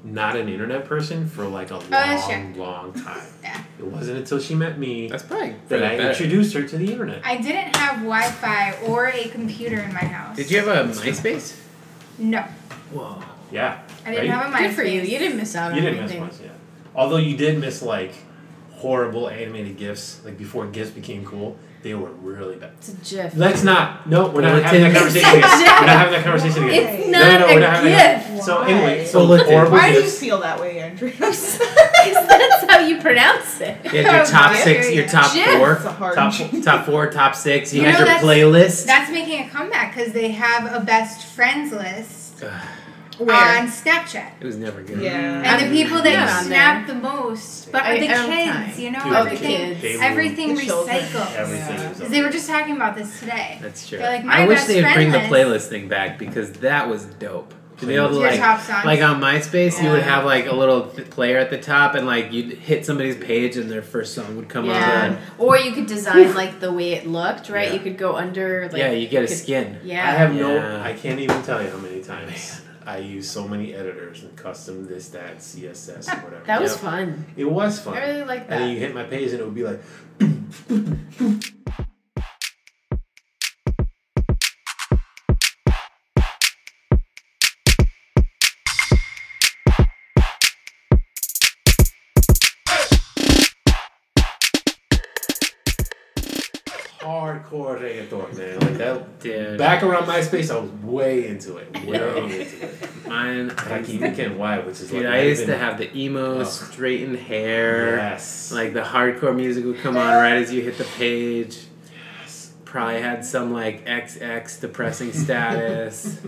not an internet person for like a long, yeah, long time. Yeah. It wasn't until she met me that's probably for that the I better. introduced her to the internet. I didn't have Wi-Fi or a computer in my house. Did you have a MySpace? No, Whoa. Yeah. I didn't Right? have a MySpace. Good for you. You didn't miss out on You didn't miss anything. much, yeah. Although you did miss like horrible animated gifs, like before gifs became cool, they were really bad. It's a GIF. Let's not. No, we're not having that Bulletins. conversation again. We're not having that conversation again. it's No, not no, no, we're a not having that. GIF. So Why? anyway, so Bulletins. horrible Why do you gifs. feel that way, Andrew? It's Because that's how you pronounce it. Yeah, your top Yeah, six, yeah. your top Shit. a four, hard. Top- top four, top six. You You had know, your that's- playlist. That's making a comeback because they have a best friends list, Where? on Snapchat. It was never good. Yeah. And the people that Yeah. you snap the most, but I- are the I don't kids, time. you know, Dude, Oh, the everything, kids. They will- everything The children. recycles. Everything Yeah. is Because up. They were just talking about this today. That's true. They're like, my I wish best they would friend bring the playlist list. thing back because that was dope. To be able to Your like, top songs. like um, on MySpace, you would Yeah. have like a little th- player at the top, and like you'd hit somebody's page, and their first song would come on. yeah. Or you could design like the way it looked, right? Yeah. You could go under like yeah, you get a could- skin. Yeah. I have no. Yeah. I can't even tell you how many times I use so many editors and custom this, that, CSS, or whatever. that was Yep. fun. It was fun. I really like And then that. you hit my page, and it would be like, hardcore reggaeton, man. Like that. Dude, Back around MySpace, I was way into it. Way Yeah. into it. mine. I Like used- even Ken Wyatt, which is Dude, like I not used to even- Oh. have the emo Ugh. straightened hair. Yes. Like the hardcore music would come on right as you hit the page. Yes. Probably had some like XX depressing status.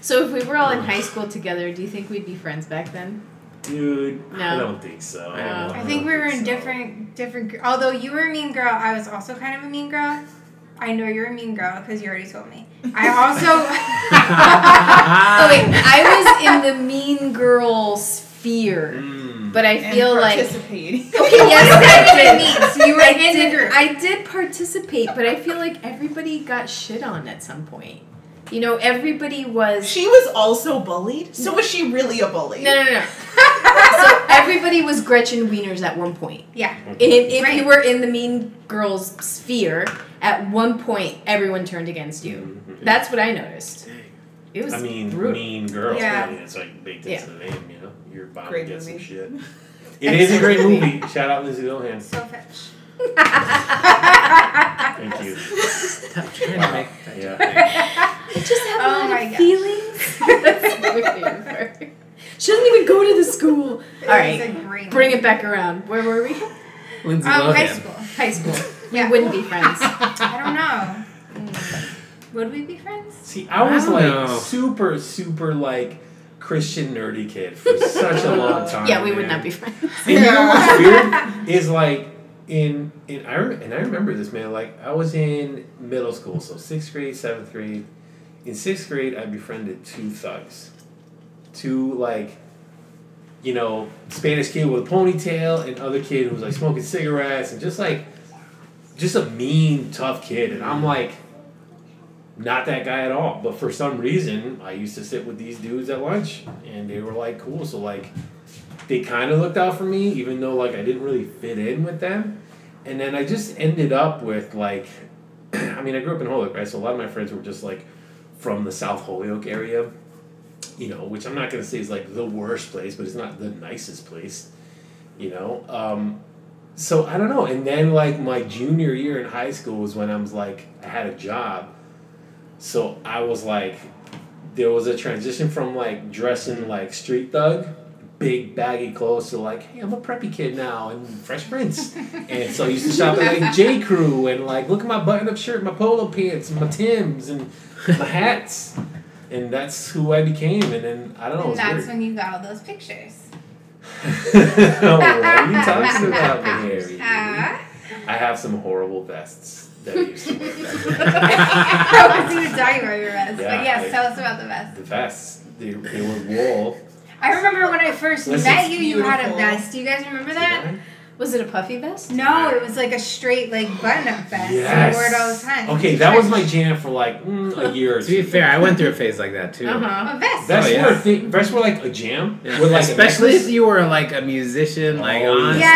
So if we were all in high school together, do you think we'd be friends back then? Dude, I No. don't think so. I don't don't I think we were in so. different, different. gr- Although you were a mean girl, I was also kind of a mean girl. I know you're a mean girl because you already told me. I also. Oh wait, I was in the mean girl sphere, Mm. but I And feel like participating. Okay, yes, I did. So you were I in the did- group. I did participate, but I feel like everybody got shit on at some point. You know, everybody was. She was also bullied. So was she really a bully? no, no, no. so everybody was Gretchen Wieners at one point. yeah. If, if Right. you were in the mean girls sphere, at one point everyone turned against you. Mhm. That's what I noticed. It was I mean, brutal. mean girl. Yeah. I mean, it's like baked into Yeah. the name, you know? You're bound Great to get movie. some shit. It is a great Excellent movie. Shout out Lindsay Lohan. So fetch. Thank you. Stop trying to make Yeah. I just have Oh a lot my of gosh. feelings. That's my favorite part. She doesn't even go to the school. All It's a right, great bring movie. it back around. Where were we? Lindsay Um, high Lohan. school. Oh, High school. We Yeah. wouldn't be friends. I don't know. Mm. Would we be friends? See, I was I don't like know. super, super like Christian nerdy kid for such a long time. yeah, we would Oh, man. not be friends. And you know what's weird is like in in I rem- and I remember this man like I was in middle school, so sixth grade, seventh grade. In sixth grade, I befriended two thugs, two like, you know, Spanish kid with a ponytail and other kid who was like smoking cigarettes and just like, just a mean tough kid. And I'm like, not that guy at all. But for some reason, I used to sit with these dudes at lunch, and they were like cool. So like, they kind of looked out for me, even though like I didn't really fit in with them. And then I just ended up with like, I mean, I grew up in Holyoke, right? So a lot of my friends were just like from the South Holyoke area, you know, which I'm not gonna say is like the worst place, but it's not the nicest place, you know. Um, so I don't know. And then like my junior year in high school was when I was like I had a job, so I was like, there was a transition from like dressing like street thug, big baggy clothes, to like, hey, I'm a preppy kid now and Fresh Prince. and so I used to shop at like J. Crew and like, look at my button up shirt, my polo pants, my Tim's, and my hats. And that's who I became. And then I don't know. and It's that's weird. when you got all those pictures. what Oh, are you talking about, Mary? Uh, I have some horrible vests that I used to wear. back then. I was even talking about your vest. Yeah, but yes, like- tell us about the vest. The vests, they, they were wool. I remember when I first Listen, met you, you had a beautiful. vest. Do you guys remember that? Was it a puffy vest? No, it was like a straight like button up vest. Yes. I wore it all the time. Okay, that was my jam for like mm, a year or To be two. fair, I went through a phase like that too. Uh huh. a vest. That's Oh, yeah. where thi- that's where like a jam. Yeah. With like a Especially if necklace. you were like a musician, like Oh, on yeah.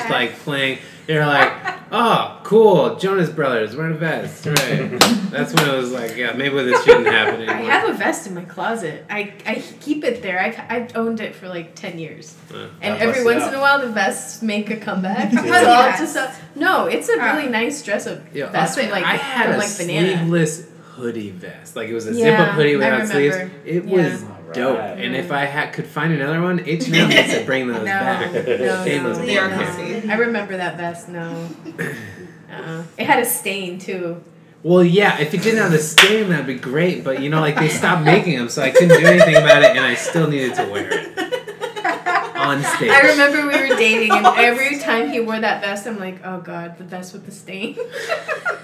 stage, like playing. You're like, oh, cool, Jonas Brothers, wearing a vest, right? That's when I was like, yeah, maybe this shouldn't happen I anymore. have a vest in my closet. I, I keep it there. I've, I've owned it for like 10 years. Yeah. and God every bless once you. in a while, the vests make a comeback. Yeah. So I'll Puffy just- vest. no, it's a Ah. really nice dress up Yeah, vest. also, from, like, I had from, a like banana. sleeveless hoodie vest. Like it was a Yeah, zip up hoodie I without sleeves. remember. It Yeah. was Alright. dope. And if I had could find another one, H and M needs to bring those No, back. no, no, Shame those no. They are no. crazy. I remember that vest. No, uh-uh. it had a stain too. Well, yeah, if it didn't have the stain, that'd be great. But you know, like they stopped making them, so I couldn't do anything about it, and I still needed to wear it on stage. I remember we were dating, and every time he wore that vest, I'm like, oh god, the vest with the stain. There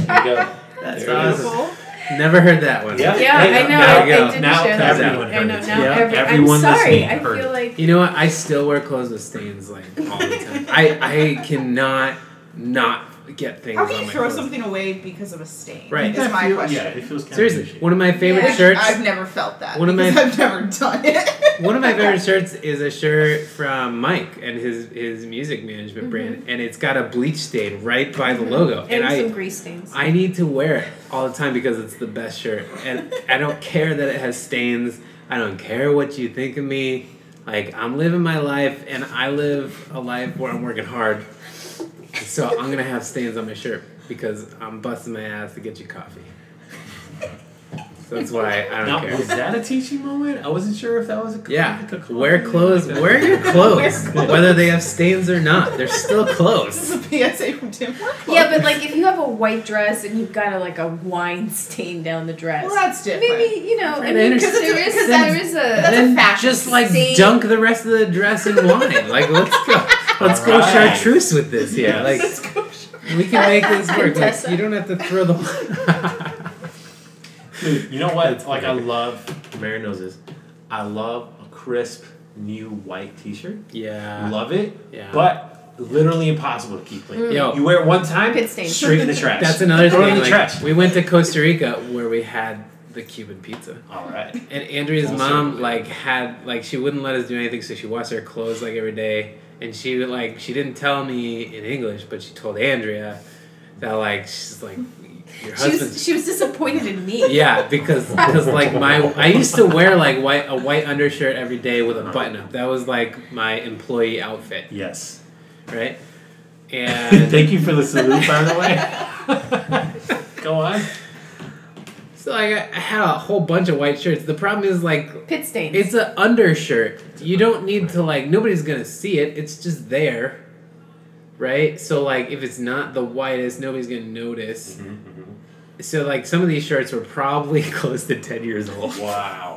you go. That's There it is. awesome. Never heard that one. Yeah. Yeah, Hey, I know. now- I- there you I go. didn't Now share that. everyone I heard know it. now. Yeah, every- everyone I'm sorry. listening I heard feel it. like You know what? I still wear clothes with stains like all the time. I I cannot not get things. How can on you my throw clothes. something away because of a stain? Right. Is my Feel- question. Yeah, it feels kind Seriously, of one of my favorite Yeah. shirts. I've never felt that. One of my- because I've never done it. One of my favorite shirts is a shirt from Mike and his his music management brand, Mm-hmm. and it's got a bleach stain right by the logo. and, some I grease stains. I need to wear it all the time because it's the best shirt, and I don't care that it has stains. I don't care what you think of me. Like I'm living my life, and I live a life where I'm working hard. So I'm gonna have stains on my shirt because I'm busting my ass to get you coffee. So that's why I don't Now, care. was that a teaching moment? I wasn't sure if that was a Yeah, like a wear compliment. clothes. Like that. Wear your clothes, Wear clothes. whether they have stains or not. They're still this clothes. is a PSA from Tim. Hortons. yeah, but like if you have a white dress and you've got a, like a wine stain down the dress, well, that's different. maybe you know. I Right, mean, I because there understand. is there is a That's a then fashion just like stain. dunk the rest of the dress in wine. Like let's go, let's go Alright. chartreuse with this. Yeah, like Let's go shopping. we can make this work. Like, Contessa. you don't have to throw the. Dude, you know what? Like I love Mary knows this. I love a crisp new white T-shirt. yeah, love it, yeah. but literally impossible to keep clean. Yo. You wear it one time, Pit stain. straight in the trash. Mm. that's another Throw it thing. in the like, trash. We went to Costa Rica where we had the Cuban pizza. All right. And Andrea's Full mom circle. like had like she wouldn't let us do anything, so she washed our clothes like every day. And she would like she didn't tell me in English, but she told Andrea that like she's like your she husband. was she was disappointed in me. yeah, because because like my I used to wear like white a white undershirt every day with a button up. That was like my employee outfit, Yes. right? And Thank you for the salute, by the way. Go on. so like I I had a whole bunch of white shirts. The problem is like Pit stains. It's an undershirt. You don't need to like. Nobody's gonna see it. It's just there, right? So like, if it's not the whitest, nobody's gonna notice. So like, some of these shirts were probably close to ten years old. Wow.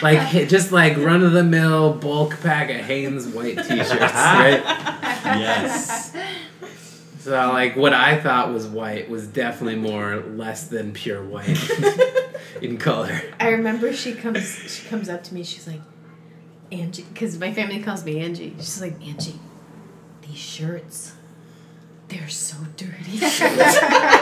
Like hi- just like run of the mill bulk pack of Hanes white T-shirts, right? Yes. So like, what I thought was white was definitely more less than pure white in color. I remember she comes she comes up to me. She's like, Angie, because my family calls me Angie. She's like, Angie, these shirts, they're so dirty.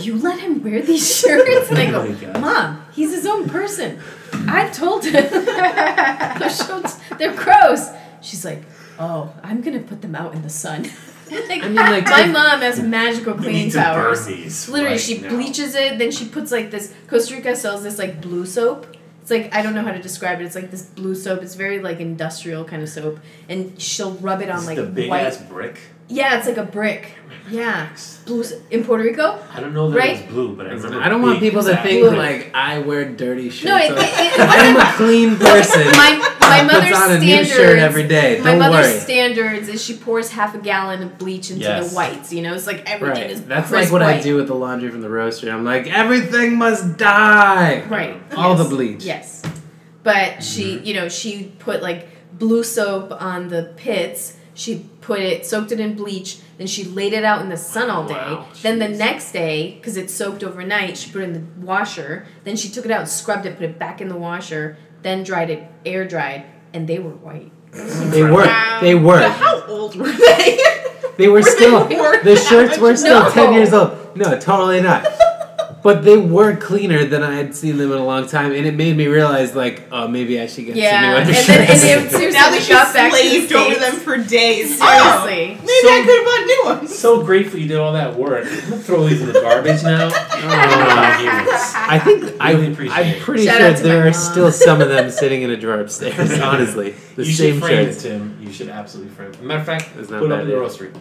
you let him wear these shirts? And I Oh my go, God. Mom, he's his own person. I've told him. Those shirts, they're gross. She's like, Oh, I'm gonna put them out in the sun. like, I mean, like, my if- mom has magical You need cleaning to powers. burn these. Literally, right she now. bleaches it, then she puts like this. Costa Rica sells this like blue soap. It's like I don't know how to describe it. It's like this blue soap. It's very like industrial kind of soap, and she'll rub it on It's like the big white. ass brick. Yeah, it's like a brick. Yeah, blue so- in Puerto Rico. I don't know that it Right? was blue, but I remember. I don't want big people to black think brick. like I wear dirty shirts. No, it, it, it, I'm a clean person. my my Puts mother's on a new standards. shirt every day. my Don't mother's worry. standards is she pours half a gallon of bleach into Yes. the whites. You know, it's like everything is right. That's like crisp what I white. do with the laundry from the roaster. I'm like, everything must die. Right. All yes. the bleach. Yes. Mm-hmm. But she, you know, she put like blue soap on the pits. She put it, soaked it in bleach, then she laid it out in the sun all day. Wow, then the jeez. next day, because it soaked overnight, she put it in the washer. Then she took it out and scrubbed it, put it back in the washer, then dried it, air dried, and they were white. They were. Wow. They But were. how old were they? They were still. worn The shirts out? were still No. 10 years old. No, totally not. But they were cleaner than I had seen them in a long time, and it made me realize, like, oh, maybe I should get some new Yeah. And undershirts. then and then seriously, now we that got back you to the slaved over States. them for days. Seriously. Oh, Maybe I could have bought new ones. So grateful you did all that work. I'm gonna throw these in the garbage now. Oh, I think I, Really appreciate I'm it. pretty Shout sure out to my there are mom. still some of them sitting in a drawer upstairs. Honestly, the you same should frame shirt. Tim. You should absolutely frame. it. Matter of fact, That's not put it bad up in the idea. grocery.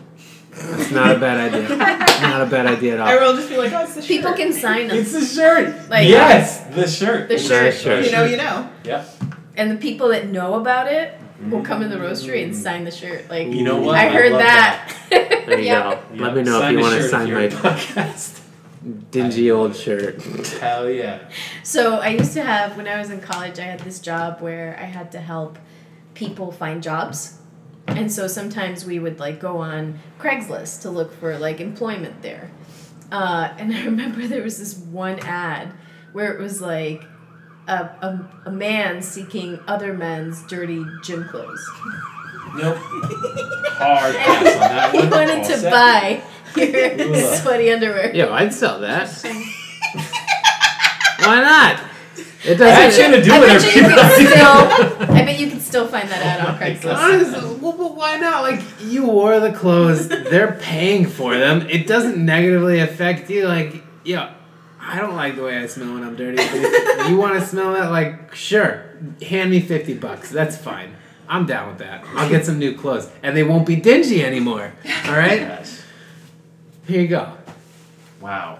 It's not a bad idea. not a bad idea at all. I will just be like, oh, it's the shirt. People can sign them. It's the shirt. Like- yes, the shirt. The Nice shirt. You know, you know. Yeah. And the people that know about it will come in the roastery and sign the shirt. Like, You know what? I heard love that. There you yeah. go. Let me know if you want to sign my. podcast. dingy old shirt. Hell yeah. So I used to have when I was in college, I had this job where I had to help people find jobs. And so sometimes we would like go on Craigslist to look for like employment there. Uh, and I remember there was this one ad where it was like a, a, a man seeking other men's dirty gym clothes. Nope. Hard pass on that He one. wanted All to set. buy Ugh. your sweaty underwear. Yo, I'd sell that. Why not? It doesn't. That's gonna do I it bet if you you can don't. still. I bet you can still find that ad on Craigslist. Honestly, well, but why not? Like, you wore the clothes, they're paying for them. It doesn't negatively affect you. Like, yo, I don't like the way I smell when I'm dirty. But if you want to smell that? Like, sure. Hand me 50 bucks. That's fine. I'm down with that. I'll get some new clothes. And they won't be dingy anymore. All right? Yes. Here you go. Wow.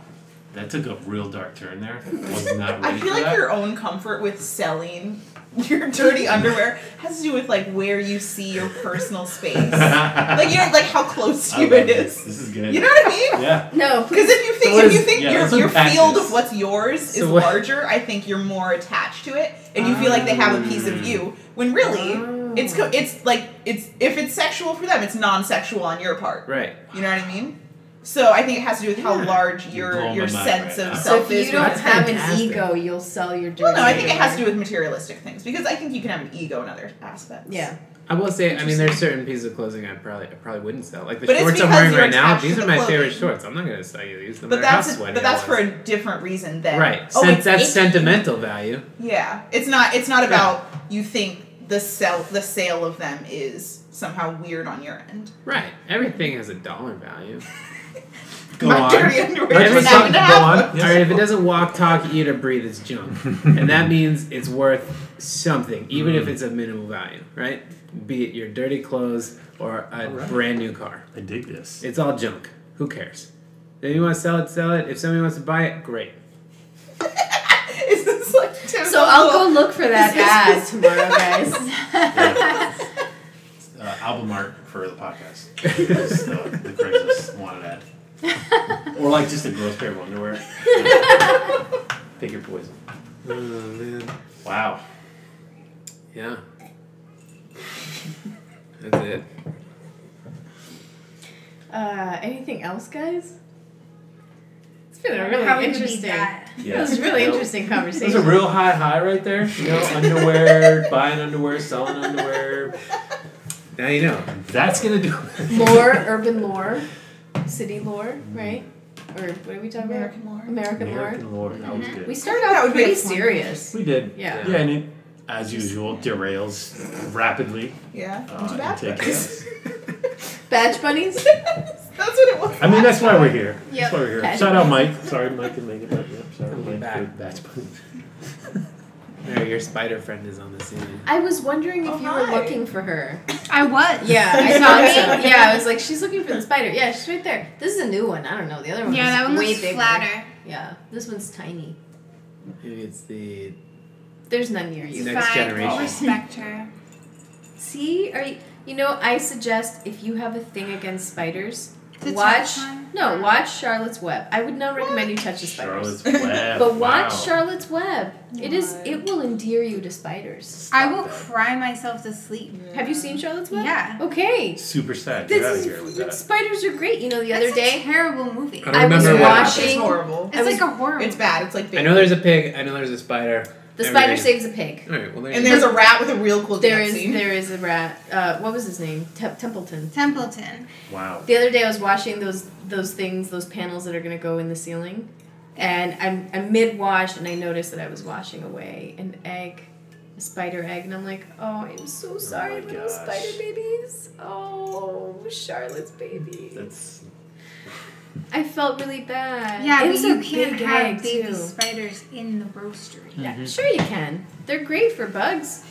That took a real dark turn there. Was not ready I feel for like that. your own comfort with selling your dirty underwear has to do with like where you see your personal space. like you know, like how close to I you love it this. is. This is good. You know what I mean? yeah. No, please. Because if you think So what if you is- think yeah, let's your, your unpack field this. of what's yours is So what- larger, I think you're more attached to it, and you feel like they have a piece of you. When really, it's co- it's like it's if it's sexual for them, it's non-sexual on your part. Right. You know what I mean? So I think it has to do with how large You're your blowing your my mind sense right of now. So self if you is. don't That's have an fantastic. ego, you'll sell your dirty. well, no, I think it has to do with materialistic things because I think you can have an ego in other aspects. Yeah. I will say, I mean, there's certain pieces of clothing I probably, I probably wouldn't sell. Like the But it's shorts I'm because wearing you're right now. attached to These the are my favorite clothing. shorts. I'm not gonna sell you these. No But matter how that's sweaty but I that's was. for a different reason than Right. Oh, Since it's that's icky. sentimental value. Yeah, it's not. It's not about you think the sell the sale of them is somehow weird on your end. Right. Everything has a dollar value. Go My on. dirty underwear Let's is just an hour and a go half. on. Yes. All right, if it doesn't walk, talk, eat, or breathe, it's junk. and that means it's worth something, even if it's a minimal value, right? Be it your dirty clothes or a Alright. brand new car. I dig this. It's all junk. Who cares? If you want to sell it, sell it. If somebody wants to buy it, great. Is this like Tim's So I'll go uncle? look for that ad tomorrow, guys. uh, album art for the podcast. It's, uh, the Craigslist wanted ad. Or like just a gross pair of underwear. Pick your poison. Oh, man. Wow. Yeah. That's it. Uh, anything else, guys? It's been a How really would you beat interesting. It that? Yeah. was a really Nope. interesting It was a conversation. real high high right there. You know, underwear, buying underwear, selling underwear. Now you know. That's gonna do. it. Lore, urban lore, city lore, right? Or what are we talking about? American lore. American, lore. American Lord, that Mm-hmm. was We good. started That out would be pretty a fun- serious. We did. Yeah. Yeah, and it, as usual, derails rapidly. Yeah. Uh, Too and bad. take us. Badge bunnies. that's what it was. I mean, that's why we're here. Yep. That's why we're here. Okay. Shout out, Mike. Sorry, Mike couldn't make it. But yeah, shout out, We'll be Mike. back. for Batch Bunny. Mary, your spider friend is on the scene. I was wondering if Oh, you were hi. looking for her. I was. Yeah, I thought so. Yeah, I was like, she's looking for the spider. Yeah, she's right there. This is a new one. I don't know. The other one Yeah, was that one way looks bigger. flatter. Yeah, this one's tiny. Maybe it's the There's none near you. Next generation. Respect her. See, are you, you know? I suggest if you have a thing against spiders, To watch. touch one? No, watch Charlotte's Web. I would not recommend you touch the spiders. Charlotte's Web. But watch wow. Charlotte's Web. It is. What? It will endear you to spiders. I will cry myself to sleep. Have you seen Charlotte's Web? Yeah. Okay. Super sad. Get out of This here with is, that. spiders are great. You know, the other That's day a terrible movie. I It's don't I was remember what happened. It's watching. horrible. I was- like a horror. It's movie. bad. It's like I know there's a pig. I know there's a spider. The spider Everything. saves a pig. All right. Well, there And you there's a rat with a real cool There dance is scene. there is a rat. Uh, what was his name? Tem- Templeton. Templeton. Wow. The other day I was washing those those things, those panels that are gonna go in the ceiling, and I'm I'm mid wash and I noticed that I was washing away an egg, a spider egg, and I'm like, oh, I'm so sorry, my little gosh. spider babies. Oh, Charlotte's baby. That's I felt really bad. Yeah, It but was you a can't big have egg, baby too. spiders in the roastery. Yeah, Mm-hmm. sure you can. They're great for bugs.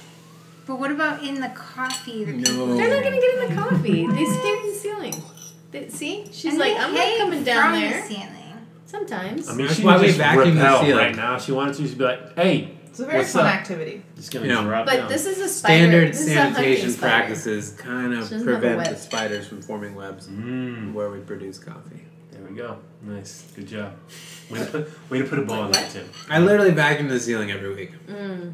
But what about in the coffee? that No. people- They're not gonna get in the coffee. They stay in the ceiling. They, see, she's And like, they I'm not hang coming down from the there. ceiling. Sometimes. I mean, That's she why could we just vacuum the repel ceiling. right now. If she wanted to, she'd be like, "Hey, It's a very What's fun up? activity. it's gonna Yeah. drop but down." this is a spider. Standard this is a hunting sanitation spider. practices kind of She doesn't have a prevent web. the spiders from forming webs Mm, where we produce coffee. there There we go. Nice. Good job. Way to put, way to put a ball in that, Like Tim. I literally vacuum the ceiling every week. Mm.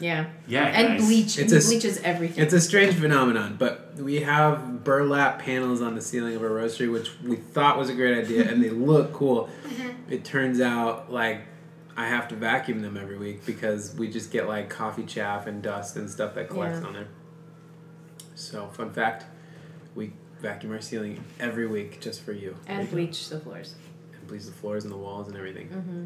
Yeah. Yeah. And guys. bleach. It's He a s- bleaches everything. It's a strange phenomenon, but we have burlap panels on the ceiling of our roastery, which we thought was a great idea, and they look cool. Mm-hmm. It turns out like I have to vacuum them every week because we just get like coffee chaff and dust and stuff that collects Yeah. on there. So, fun fact: we vacuum our ceiling every week just for you. and bleach the floors. and bleach the floors and the walls and everything. Mm-hmm.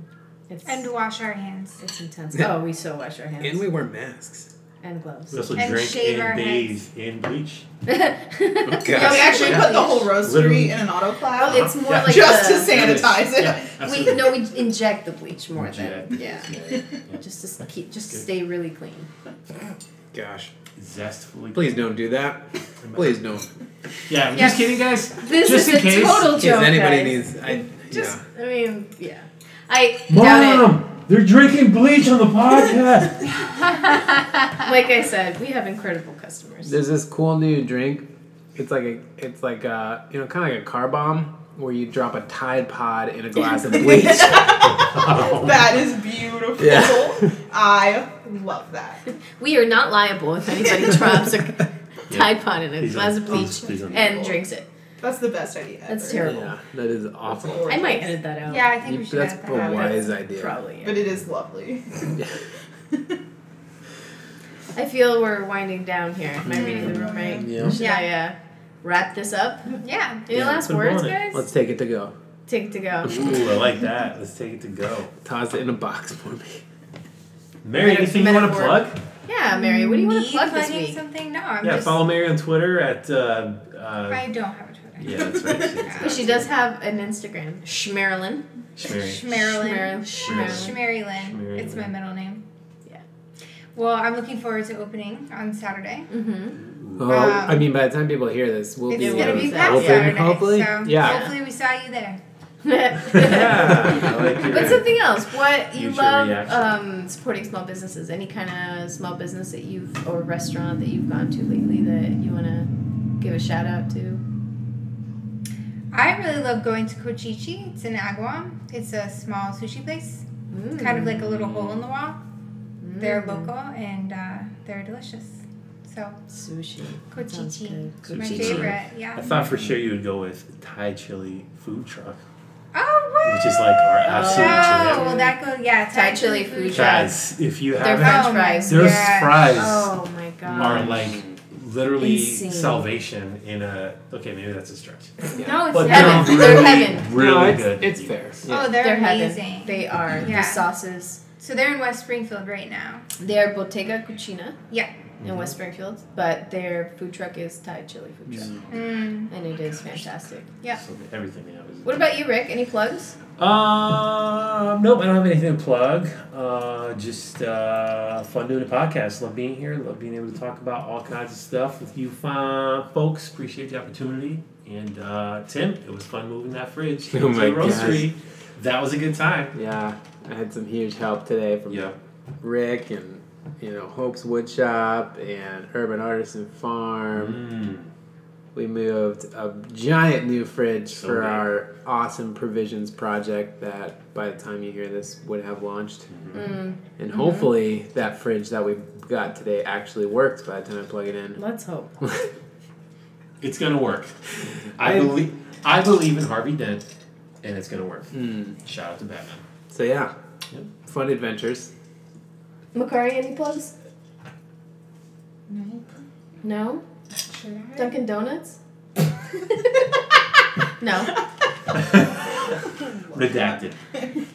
It's And wash our hands. it's intense. Oh, we so wash our hands And we wear masks. and gloves. We also And drink shave our and bathe heads. in bleach. Yeah, we actually put the bleach. Uh-huh. whole roastery Literally. in an autoclave Well, it's more Yeah. like just the, to sanitize it. Yeah, absolutely. we no we inject the bleach more than Inject. yeah. Just to keep, just to Good. stay really clean. Gosh, Zestfully. please don't do that. Please don't. Yeah, I'm Yes. just kidding, guys. This Just is in a case- total If joke. anybody guys. needs, I Just, yeah. I mean, yeah. I doubt it. Mom, they're drinking bleach on the podcast. Like I said, we have incredible customers. There's this cool new drink. It's like a, it's like a, you know, kind of like a car bomb where you drop a Tide Pod in a glass of bleach. That is beautiful. Yeah. I love that. we are not liable if anybody drops a Tide Pod in a Please glass of don't. bleach Please don't. and drinks it. That's the best idea. Ever. That's terrible. yeah, that is That's awful. horrible. I might edit that out. Yeah, I think You, we should that's add a that. wise idea. Probably. yeah. But it is lovely. I feel we're winding down here. Am I Mm. reading the room right? Yeah. Should I uh, wrap this up? Yeah. Any Yeah, last put 'em words, on it. guys? Let's take it to go. Take to go. Ooh, I like that. Let's take it to go. Toss it in a box for me. Mary, Meta- anything you want to metaphor. plug? Yeah, Mary, what do you want Me to plug this plugging week? Something? No, I'm yeah, just. follow Mary on Twitter at. Uh, uh, I don't have a Twitter. yeah, that's right. But she does have an Instagram. Schmerilyn. Mary. Schmerilyn. Schmerilyn. Schmerilyn. Schmerilyn. It's my middle name. Yeah. Well, I'm looking forward to opening on Saturday. Mm-hmm. Oh, Um, I mean, by the time people hear this, we'll be it's gonna going open. to be open past Saturday. Saturday. hopefully. So yeah. hopefully we saw you there. Yeah, I like but your- something else. What you Future love reaction. um, supporting small businesses? Any kind of small business that you've or restaurant that you've gone to lately that you want to give a shout out to? I really love going to Kochichi. It's in Agawam. It's a small sushi place. It's kind of like a little hole in the wall. Mm. They're Mm. local and uh, they're delicious. So Sushi. Sounds Kochichi, good. my Kochichi. favorite. Yeah. I thought for sure you would go with Thai chili food truck, Oh wow! which is like our Oh, absolute jam. well that goes yeah. Oh, Thai chili food truck. Guys, if you They're haven't, French fries. those yeah. fries Oh my god. are like literally Insane. salvation in a. Okay, maybe that's a stretch. No, it's But heaven. they're Heaven. really, They're heaven. really no, it's, good. it's fair. Oh, they're, They're amazing. heaven. They are. Yeah. The sauces. so they're in West Springfield right now. They're Bottega Cucina Yeah. in West Springfield, but their food truck is Thai chili food truck. Mm. And it is fantastic. Yeah. So everything they have is. What about you, Rick? Any plugs? Um, nope, I don't have anything to plug. Uh, just uh, fun doing a podcast. Love being here. Love being able to talk about all kinds of stuff with you fine folks. Appreciate the opportunity. And uh, Tim, it was fun moving that fridge Oh into my the roastery. That was a good time. Yeah, I had some huge help today from Yeah. Rick and you know Hope's Woodshop and Urban Artisan Farm. Mm. We moved a giant new fridge So for big. our awesome provisions project that by the time you hear this would have launched. Mm, And Mm-hmm. hopefully that fridge that we got today actually works by the time I plug it in. let's hope. It's gonna work. I I- believe. I believe in Harvey Dent, and it's gonna work. Mm. Shout out to Batman. So yeah. Yep. Fun adventures. Macari, any plugs? No. No? Sure. Dunkin' Donuts? no. Redacted.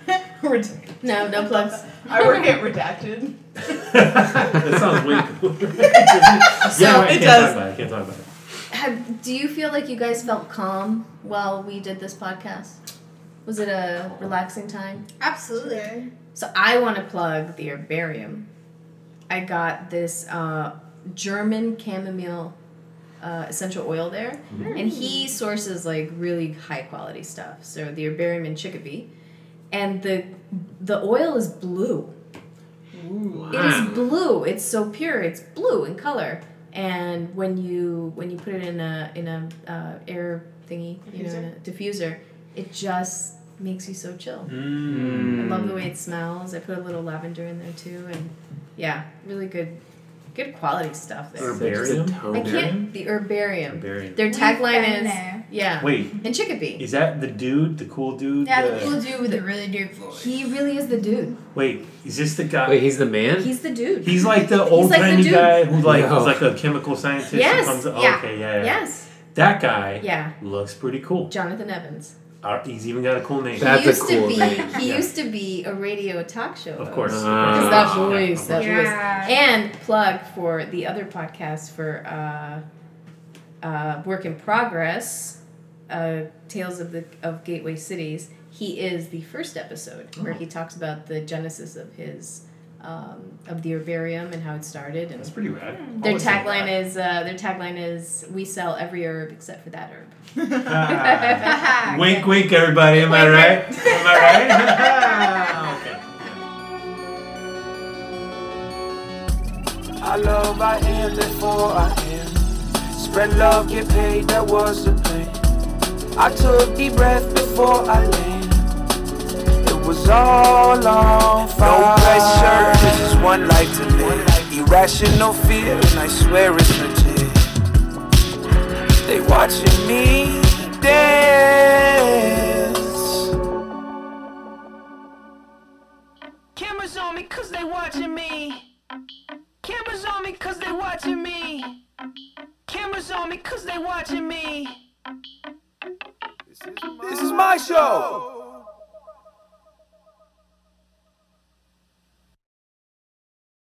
Redacted. No, no plugs. I work at Redacted. that sounds way cool. So yeah, right, it can't does. talk about it. Can't talk about it. Have, do you feel like you guys felt calm while we did this podcast? Was it a relaxing time? Absolutely. So I want to plug the herbarium. I got this uh, German chamomile uh, essential oil there, and he sources like really high quality stuff. So the herbarium in Chicopee, and the the oil is blue. Ooh. It Mm. is blue. It's so pure. It's blue in color. And when you when you put it in a in a uh, air thingy, you know, in a diffuser, It just makes you so chill. Mm. I love the way it smells. I put a little lavender in there too, and yeah, really good, good quality stuff there. Herb- Herbarium? I can't. The herbarium. Herbarium. Their We've tagline been is there. yeah, Wait, and Chicopee. is that the dude, the cool dude? Yeah, the- the cool dude with the really deep voice. He really is the dude. Wait, is this the guy? Wait, he's the man. He's the dude. He's like the old like the timey dude. guy who like No. was like a chemical scientist. who Yes, comes- oh, yeah, Okay. Yeah, yeah. yes. That guy Yeah. looks pretty cool. Jonathan Evans. Uh, he's even got a cool name. That's a he used cool to be. name. He Yeah. used to be a radio talk show. of host. course. Ah. Because that voice, Yeah, that Yeah. voice. And plug for the other podcast for uh, uh, Work in Progress, uh, Tales of the of Gateway Cities. He is the first episode where he talks about the genesis of his um, of the herbarium and how it started. That's And pretty rad. their tagline is uh, their tagline is we sell every herb except for that herb. wink, wink, everybody. Am I Wink, right? Am I right? okay. I love I am before I am. Spread love, get paid, that was the plan. I took deep breath before I land. It was all on fire. No pressure, this is one life to live. Irrational fear, and I swear it's legit. They watching me dance. Cameras on me cause they watching me. Cameras on me cause they watching me. Cameras on me cause they watching me. This is my show.